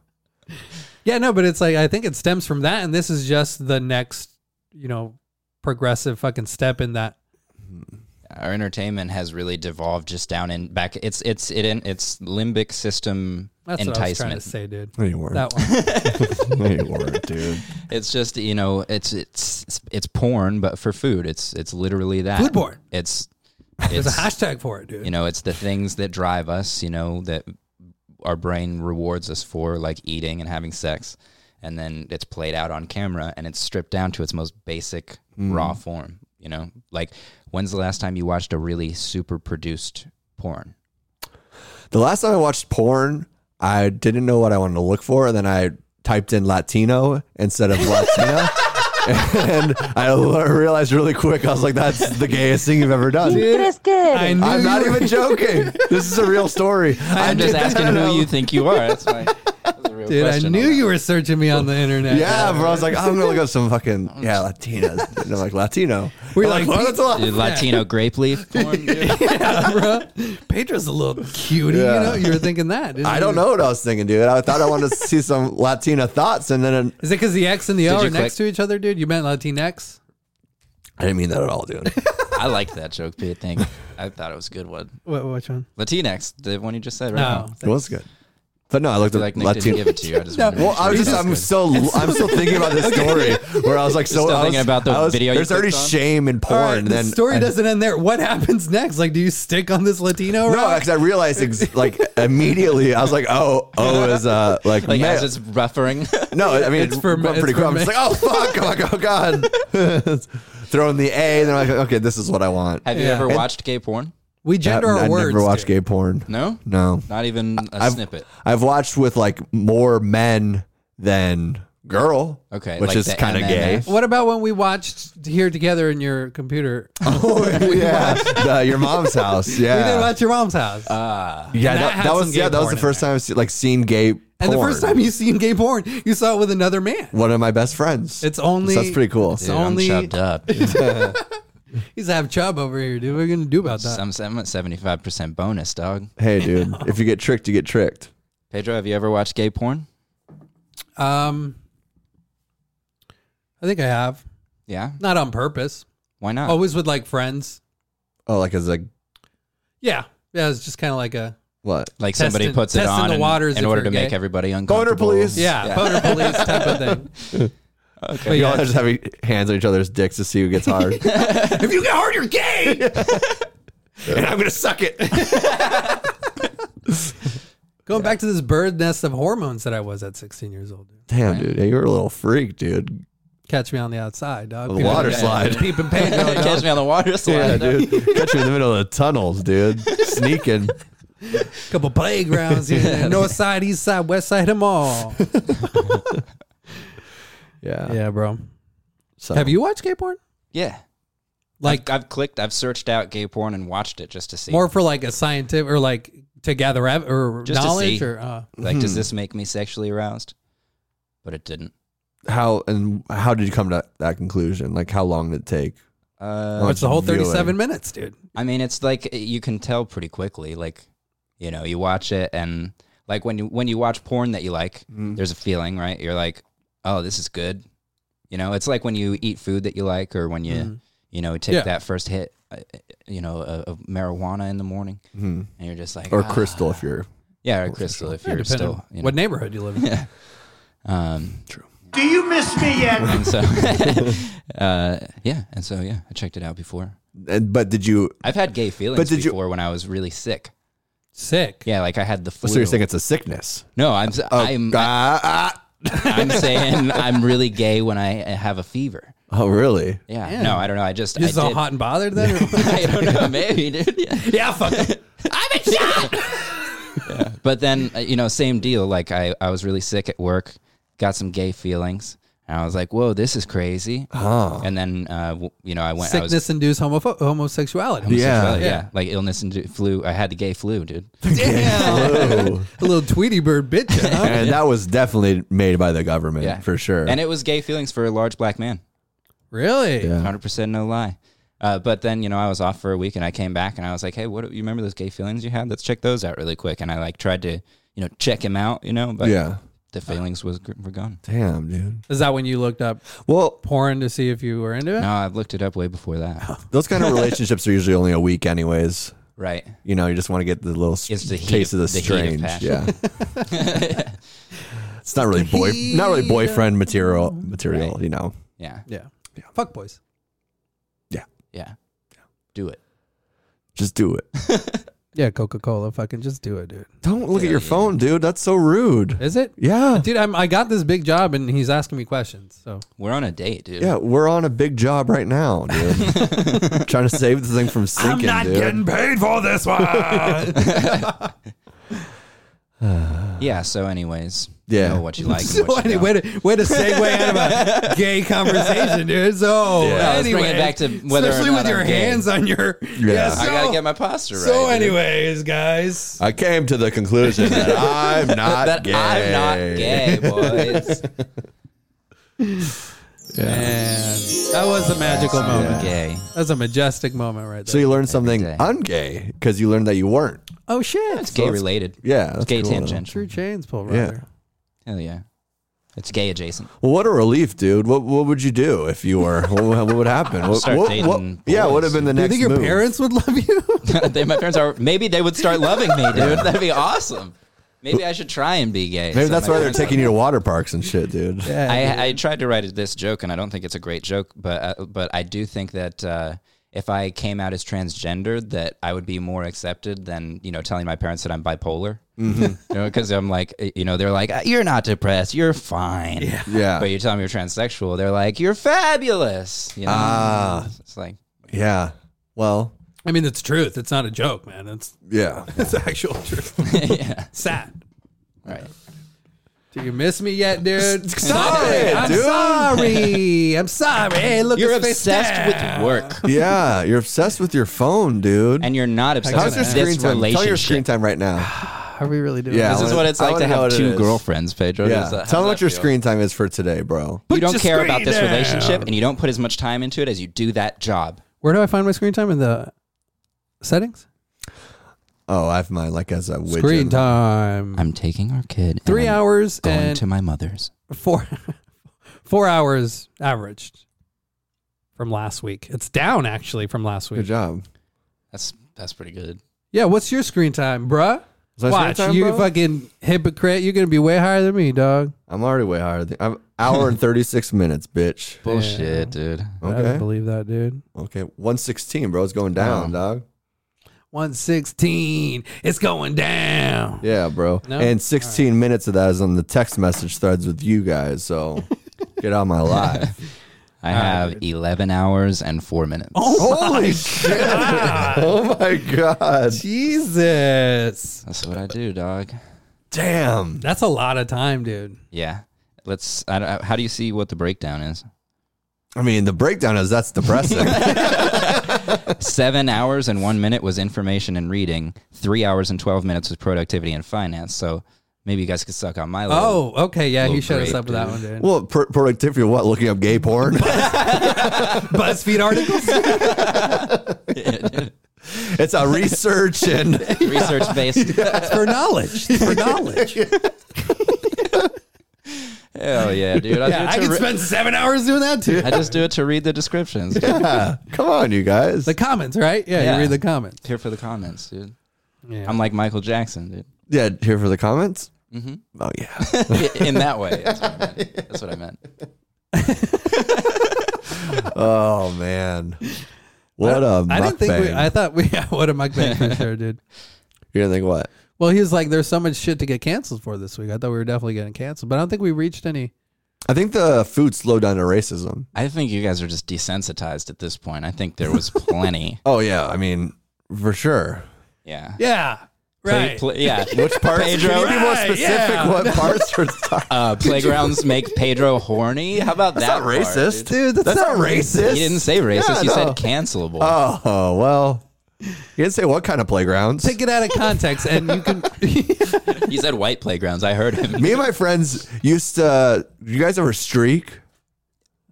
Yeah, no, but it's like I think it stems from that, and this is just the next, you know, progressive fucking step in that.
Our entertainment has really devolved just down in back. It's it's it in it's limbic system
That's what I was trying to
enticement.
say, dude.
No, you weren't.
That one.
No, you weren't, dude.
It's just you know it's it's it's porn, but for food. It's it's literally that
Food porn.
It's
[laughs] There's a
it's
hashtag for it, dude.
you know it's the things that drive us. You know that our brain rewards us for, like eating and having sex, and then it's played out on camera and it's stripped down to its most basic
Mm.
raw form. You know, like when's the last time you watched a really super produced porn?
The last time I watched porn, I didn't know what I wanted to look for, and then I typed in Latino instead of Latino. [laughs] and I l- realized really quick, I was like, that's the gayest thing you've ever done.
crees que eres?
I knew
I'm
you
not even joking. This is a
[laughs]
real story.
I'm just asking who you think you are. That's my that's a real
Dude, I
question.
knew you were searching me on the internet.
Yeah, bro. I was like, I'm gonna look up some fucking yeah Latinas. And I'm like Latino.
We're
I'm
like,
"Well, that's a lot."
Dude, Latino grape leaf. porn, dude.
yeah, [laughs] bro. Pedro's a little cutie.
Yeah.
You know, you were thinking
[laughs]
that. didn't
I
you?
don't know what I was thinking, dude. I thought I wanted to see some [laughs] Latina thoughts, and then
Is it because the X and the O
you
are next to
click-
each other, dude? You meant Latinx?
I didn't mean that at all, dude.
I liked that joke, Pete. Thank. I thought it was a good one.
What, which one?
Latinx, the one you just said, right?
No.
It was good, but no, I looked
Now.
at
Like Nick
Latino.
didn't give it to you. I
[laughs]
just
No.
wanted to
Well,
make sure
I was
you
just,
got
I'm
it.
still, I'm still thinking
[laughs]
about this story where I was like, so
still
I was,
thinking about the
I was-
video you
There's already
clicked on?
shame in porn.
All right,
and
the
then
story
and-
doesn't end there. What [laughs] happens next? Like, do you stick on this Latino?
No,
route?
because I
[laughs]
realized ex- like immediately, I was like, oh, oh is uh like,
like
male.
as it's buffering.
no, I mean
It's
it's
for
for
ma-
pretty
it's for
quick. I'm just
ma-
like, oh fuck, I'm like, oh god, [laughs] throwing the A, and then I'm like, okay, this is what I want.
[laughs] Have you
Yeah.
ever
And-
watched gay porn?
we gender
I,
our
I
words.
never watched
dude.
gay porn.
No,
No,
not even a snippet.
I've watched with like more men than girl.
Okay,
which
like
is
the
kind of gay.
MMF.
What about when we watched here together in your computer?
Oh [laughs] yeah, the, your mom's house.
[laughs]
Yeah, Uh,
We didn't watch your mom's house.
Yeah,
And that
that,
had
that
some
was
gay
yeah, that was
porn
the
in
first
there.
time I've seen, like seen gay porn.
and the first time you seen gay porn, you saw it with another man.
one of my best friends.
It's only
so that's pretty cool.
It's
Dude,
only
I'm chubbed up.
he's have chub over here, dude. What are you gonna do about that?
I'm I'm at seventy five percent bonus, dog.
[laughs] Hey, dude, if you get tricked, you get tricked.
Pedro, have you ever watched gay porn?
Um, I think I have
Yeah.
not on purpose.
Why not?
Always with like friends.
Oh, like as like
Yeah, yeah. It's just kind of like a
what?
like
Testing-
somebody puts it
testing
on
the
in-
waters
in,
if
order
you're
to make
gay.
everybody
Boner,
uncomfortable.
please.
yeah, boner police type of thing. But
You
yeah,
all just have your hands on each other's dicks to see who
[laughs]
gets hard.
if you get hard, you're [laughs] gay.
and I'm gonna suck it.
Going back to this bird nest of hormones that I was at 16 years old. dude.
Damn, dude, yeah, you're a little freak, dude.
Catch me on the outside, dog.
A water slide.
Peeping
[laughs]
Pedro.
Catch
dog.
me on the water
Yeah,
slide.
dude, catch you in the middle of the
[laughs]
tunnels, dude, sneaking.
Couple playgrounds here, and there. north side, east side, west side, them all.
Yeah,
yeah, bro.
So.
Have you watched gay porn?
yeah.
Like
I've clicked, I've searched out gay porn and watched it just to see.
more for like a scientific or like to gather ev- or
Just to
knowledge
see.
or uh,
like,
Hmm.
does this make me sexually aroused? But it didn't.
How and how did you come to that conclusion? Like, how long did it take?
Uh,
it's the whole 37
Viewing.
minutes, dude.
I mean, it's like eh, you can tell pretty quickly. Like, you know, you watch it and like when you when you watch porn that you like,
Hmm.
there's a feeling, right? You're like, oh, this is good. You know, it's like when you eat food that you like, or when you
Hmm.
you know take
Yeah.
that first hit, uh, uh, you know, of of marijuana in the morning, and you're just like,
Hmm. Or
"Ah."
crystal, if you're
yeah, or crystal if you're
Depending
still,
on
you know.
what neighborhood you live in.
Um,
Do you miss me yet?
and so, [laughs] uh, yeah, and so yeah, I checked it out before.
And but did you?
I've had gay feelings
But did you-
before when I was really sick.
Sick.
Yeah, like I had the flu.
So you're saying it's a sickness?
no, I'm s- I'm
Ah, ah.
I'm saying I'm really gay when I have a fever.
Oh, really?
Yeah. No, I don't know. I just.
You're
I
so
did-
hot and bothered then?
[laughs] I don't know. Maybe, dude. Yeah.
yeah, fuck it.
I've been shot. But then, uh, you know, same deal. Like I, I was really sick at work, got some gay feelings, and I was like, "Whoa, this is crazy." Oh. And then, uh, w- you know, I went. I was,
Sickness induced homopho- homosexuality.
Yeah.
yeah. like illness and d- flu. I had the gay flu, dude.
Oh.
A little Tweety Bird bitch.
[laughs]
Huh?
[laughs] and that was definitely made by the government
Yeah,
for sure.
And it was gay feelings for a large black man.
really?
Hundred percent, no lie. Uh, but then, you know, I was off for a week, and I came back, and I was like, "Hey, what? You remember those gay feelings you had? Let's check those out really quick." And I like tried to, you know, check him out, you know, but
yeah.
the feelings was were gone.
Damn, dude.
Is that when you looked up
Well,
porn to see if you were into it?
No, I've looked it up way before that.
those kind of relationships are usually only a week, anyways.
right. [laughs]
You know, you just want to get the little s-
It's the heat
taste of the,
of- the heat of
strange.
passion.
yeah. it's not really boy, not really boyfriend material. Material,
Right.
you know.
Yeah.
Yeah. Fuck boys.
Yeah. Do it.
Just do it.
Yeah, Coca Cola. Fucking just do it, dude.
Don't look at your phone, dude. That's so rude.
Is it?
Yeah.
Dude, I'm, I got this big job and he's asking me questions.
[laughs]
So
We're on a date, dude.
Yeah, we're on a big job right now, dude. Trying to save the thing from sinking, dude.
paid for this one.
Yeah, So, anyways,
Yeah.
know what you like.
so [laughs]
and what you
anyway,
don't.
way to, way to segue out
[laughs]
of a gay conversation, dude. So
Yeah, let's
anyway,
bring it back to whether or
especially
not
with your
I'm gay.
hands on your yeah. so,
I gotta get my posture right.
so
dude.
anyways, guys.
I came to the conclusion that I'm not
that
gay.
I'm not gay, boys.
Man, that was a magical moment.
Gay.
That's a majestic moment right there.
So you learned something
day.
ungay because you learned that you weren't.
oh shit.
It's gay related.
Yeah, that's
It's gay
cool, though.
True
tangential.
chains pull right
Yeah.
there.
Hell yeah. It's gay
[laughs]
adjacent. [laughs]
Well, what a relief, dude. What what would you do if you were? What, would- what would happen? What,
Start
what-
dating
what-
boys.
yeah, what would have been the
Do you
next
think your
move?
parents would love you?
they, my parents are. Maybe they would start loving me, dude. That'd be awesome. Maybe I should try and be gay.
Maybe
so
that's
my
why they're
parents
taking
love
you to water parks and shit, dude. Uh, Yeah.
I, I tried to write a- this joke, and I don't think it's a great joke, but uh, but I do think that uh, if I came out as transgender, that I would be more accepted than you know telling my parents that I'm bipolar. [laughs]
Mm-hmm.
you know, because I'm like, uh, you know, they're like, "Uh, you're not depressed, you're fine. Yeah.
Yeah.
But you tell them you're transsexual, they're like, you're fabulous. You know,
Ah.
It's- it's like,
Yeah. Well,
[laughs] I mean, it's truth. It's not a joke, man. It's
[laughs] yeah.
it's actual truth.
yeah,
Sad.
right.
Do you miss me yet, dude?
Stop it,
I'm
dude.
sorry. I'm sorry. Hey, look,
You're
his face
obsessed
down.
with work,
Yeah. You're obsessed with your phone, dude.
and you're not obsessed
How's your
with
screen
this
time? Tell your
relationship.
screen time right
[sighs]
now.
Are we really doing
Yeah.
this?
This is what it's
I
like
wanna
to
know
have
what it
two
is.
girlfriends, Pedro. Does
Yeah.
that-
Tell
how
me what
does
your
that feel?
screen time is for today, bro.
you don't
your
care about this
screen
relationship
down.
and you don't put as much time into it as you do that job.
Where do I find my screen time in the settings?
Oh, I have mine like as a widget.
Screen time.
I'm taking our kid.
Three hours
Going
and
to my mother's.
[laughs] four four hours averaged from last week. It's down actually from last
Good
week.
job.
That's that's pretty good.
Yeah, what's your screen time, bruh?
Is that screen
Watch,
time,
you
bro?
fucking hypocrite. You're gonna be way higher than me, dog.
I'm already way higher. Than, I'm
[laughs]
hour and 36 minutes, bitch.
Bullshit, dude.
I don't
Okay.
believe that, dude.
Okay. 116, bro. It's going down, dog.
One sixteen. It's going down.
Yeah, bro.
No?
And 16 minutes of that is on the text message threads with you guys.
[laughs]
So get out of my life.
I have eleven hours and four minutes.
[laughs] Holy shit.
Ah.
oh my God.
Jesus.
That's what I do, dog.
Damn.
That's a lot of time, dude.
Yeah. Let's. I don't, how do you see what the breakdown is?
I mean, the breakdown is
[laughs]
that's depressing.
Seven hours and one minute was information and reading. Three hours and twelve minutes was productivity and finance. So maybe you guys could suck on my. Little,
Oh, okay. Yeah, he
Little
showed us
grape,
up with that one, dude.
well, pr- productivity, what? Looking up gay porn? [laughs]
BuzzFeed articles?
it's a research
Oh. [laughs]
and.
research based.
It's for knowledge.
[laughs]
It's for knowledge.
Hell yeah, dude! I, do
Yeah,
it
I
to
can
re-
spend seven hours doing that too.
I just do it to read the descriptions. dude.
Yeah. Come on, you guys.
The comments, right? Yeah,
Yeah.
you read the comments.
Here for the comments, dude.
Yeah.
I'm like Michael Jackson, dude.
yeah, here for the comments? Mm-hmm. Oh, yeah.
In that way. That's what I meant. That's what I meant.
oh, man. What a
I didn't think we,
mukbang.
I thought we [laughs] what a mukbang for sure, dude.
you didn't think what?
Well, he was like, "There's so much shit to get canceled for this week." I thought we were definitely getting canceled, but I don't think we reached any
I think the food slowed down to racism.
I think you guys are just desensitized at this point. I think there was plenty.
Oh yeah, I mean for sure.
Yeah.
Yeah.
Play-
Right.
play- yeah.
Which parts? Can you be more
Right,
specific?
yeah.
What parts are talking?
Uh, playgrounds make Pedro horny. How about that?
That's not
part,
racist,
dude?
dude. That's, not racist.
He didn't say racist.
Yeah,
he
no.
said cancelable.
Oh well, he didn't say what kind of playgrounds.
Take it out of context, and you [laughs] can.
he said white playgrounds. I heard
[laughs]
him.
Me and my friends used to. You guys ever streak?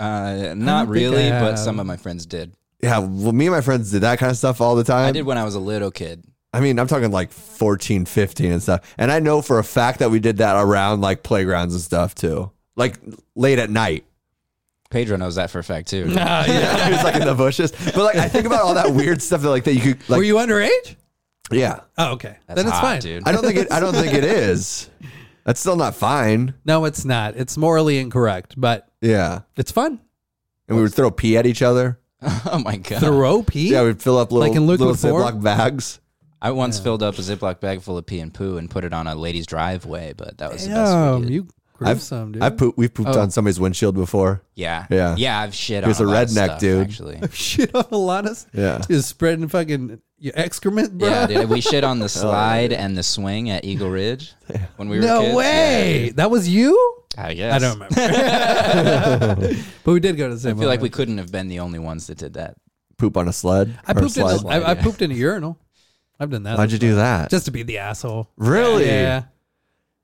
Uh, not
I
really, but
uh,
have.
some of my friends did.
Yeah, well, me and my friends did that kind of stuff all the time.
I did when I was a little kid.
I mean, I'm talking like 14, 15 and stuff. And I know for a fact that we did that around like playgrounds and stuff too, like late at night. [laughs]
Pedro knows that for a fact too.
it was like in the bushes. But like, I think about all that weird stuff that like that you could like.
Were you underage?
yeah,
Oh, okay.
That's
then it's
hot,
fine.
dude.
I don't think it. I don't think it is. That's still not fine.
No, it's not. It's morally incorrect, but
Yeah,
it's fun.
and we would throw pee at each other.
[laughs] oh my god!
Throw pee.
Yeah, we'd fill up little
Like in liquid
little
form?
Ziploc bags.
I once filled up a Ziploc bag full of pee and poo and put it on a lady's driveway, but that was the best.
Damn,
We did.
you
I've-
gruesome, dude.
I poop. We've
Oh.
pooped on somebody's windshield before.
yeah,
Yeah.
yeah. I've shit
He was
on
a
lot of
redneck,
stuff,
dude. [laughs]
Actually,
[laughs] shit on Alanis.
Yeah.
Just spreading fucking your excrement, bro.
yeah, dude. We shit
[laughs]
on
Oh,
the slide and the swing at Eagle Ridge when we were
no
kids.
way. that was you?
Yeah, I guess.
I don't remember. [laughs]
[laughs]
but we did go to the same
I feel like we couldn't have been the only ones that did that.
Poop on a sled.
I
or a
pooped, in a,
slide.
I, I pooped in a urinal. I've done that.
Why'd you do that?
Just to be the asshole.
really?
Yeah.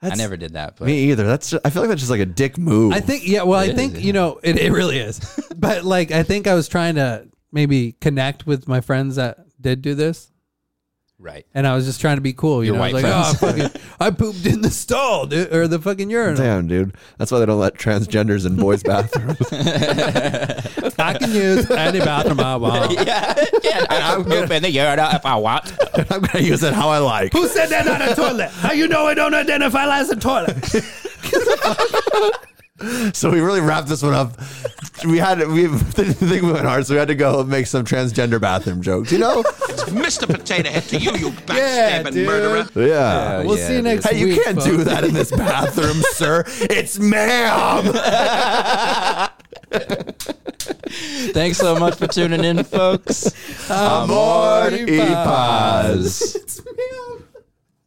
That's-
I never did that, but
Me either. That's. Just, I feel like that's just like a dick move.
I think, yeah, well, I
It
think,
is,
you know, it, it really is. [laughs] but like, I think I was trying to maybe connect with my friends that did do this.
right. [laughs]
And I was just trying to be cool. You
Your
know, I was
white
like, oh, I, fucking, I pooped in the stall, dude, or the fucking urinal.
[laughs] Damn, dude. That's why they don't let transgenders in boys' bathrooms. [laughs]
I can use any bathroom I
[laughs]
want.
Yeah, yeah. I'm in the urinal if I want.
I'm gonna use it how I like.
Who said that on a toilet? How you know I don't identify as a toilet?
[laughs] So we really wrapped this one up. We had we [laughs] the thing went hard, so we had to go make some transgender bathroom jokes. You [laughs] know?
Mr. Potato Head to you, you
Yeah,
backstabbing
dude.
murderer.
Yeah.
We'll see you next
Hey,
week.
you can't do
folks.
that in this bathroom, sir. It's ma'am.
Thanks so much for tuning in, folks.
[laughs] Amor
y
y paz.
It's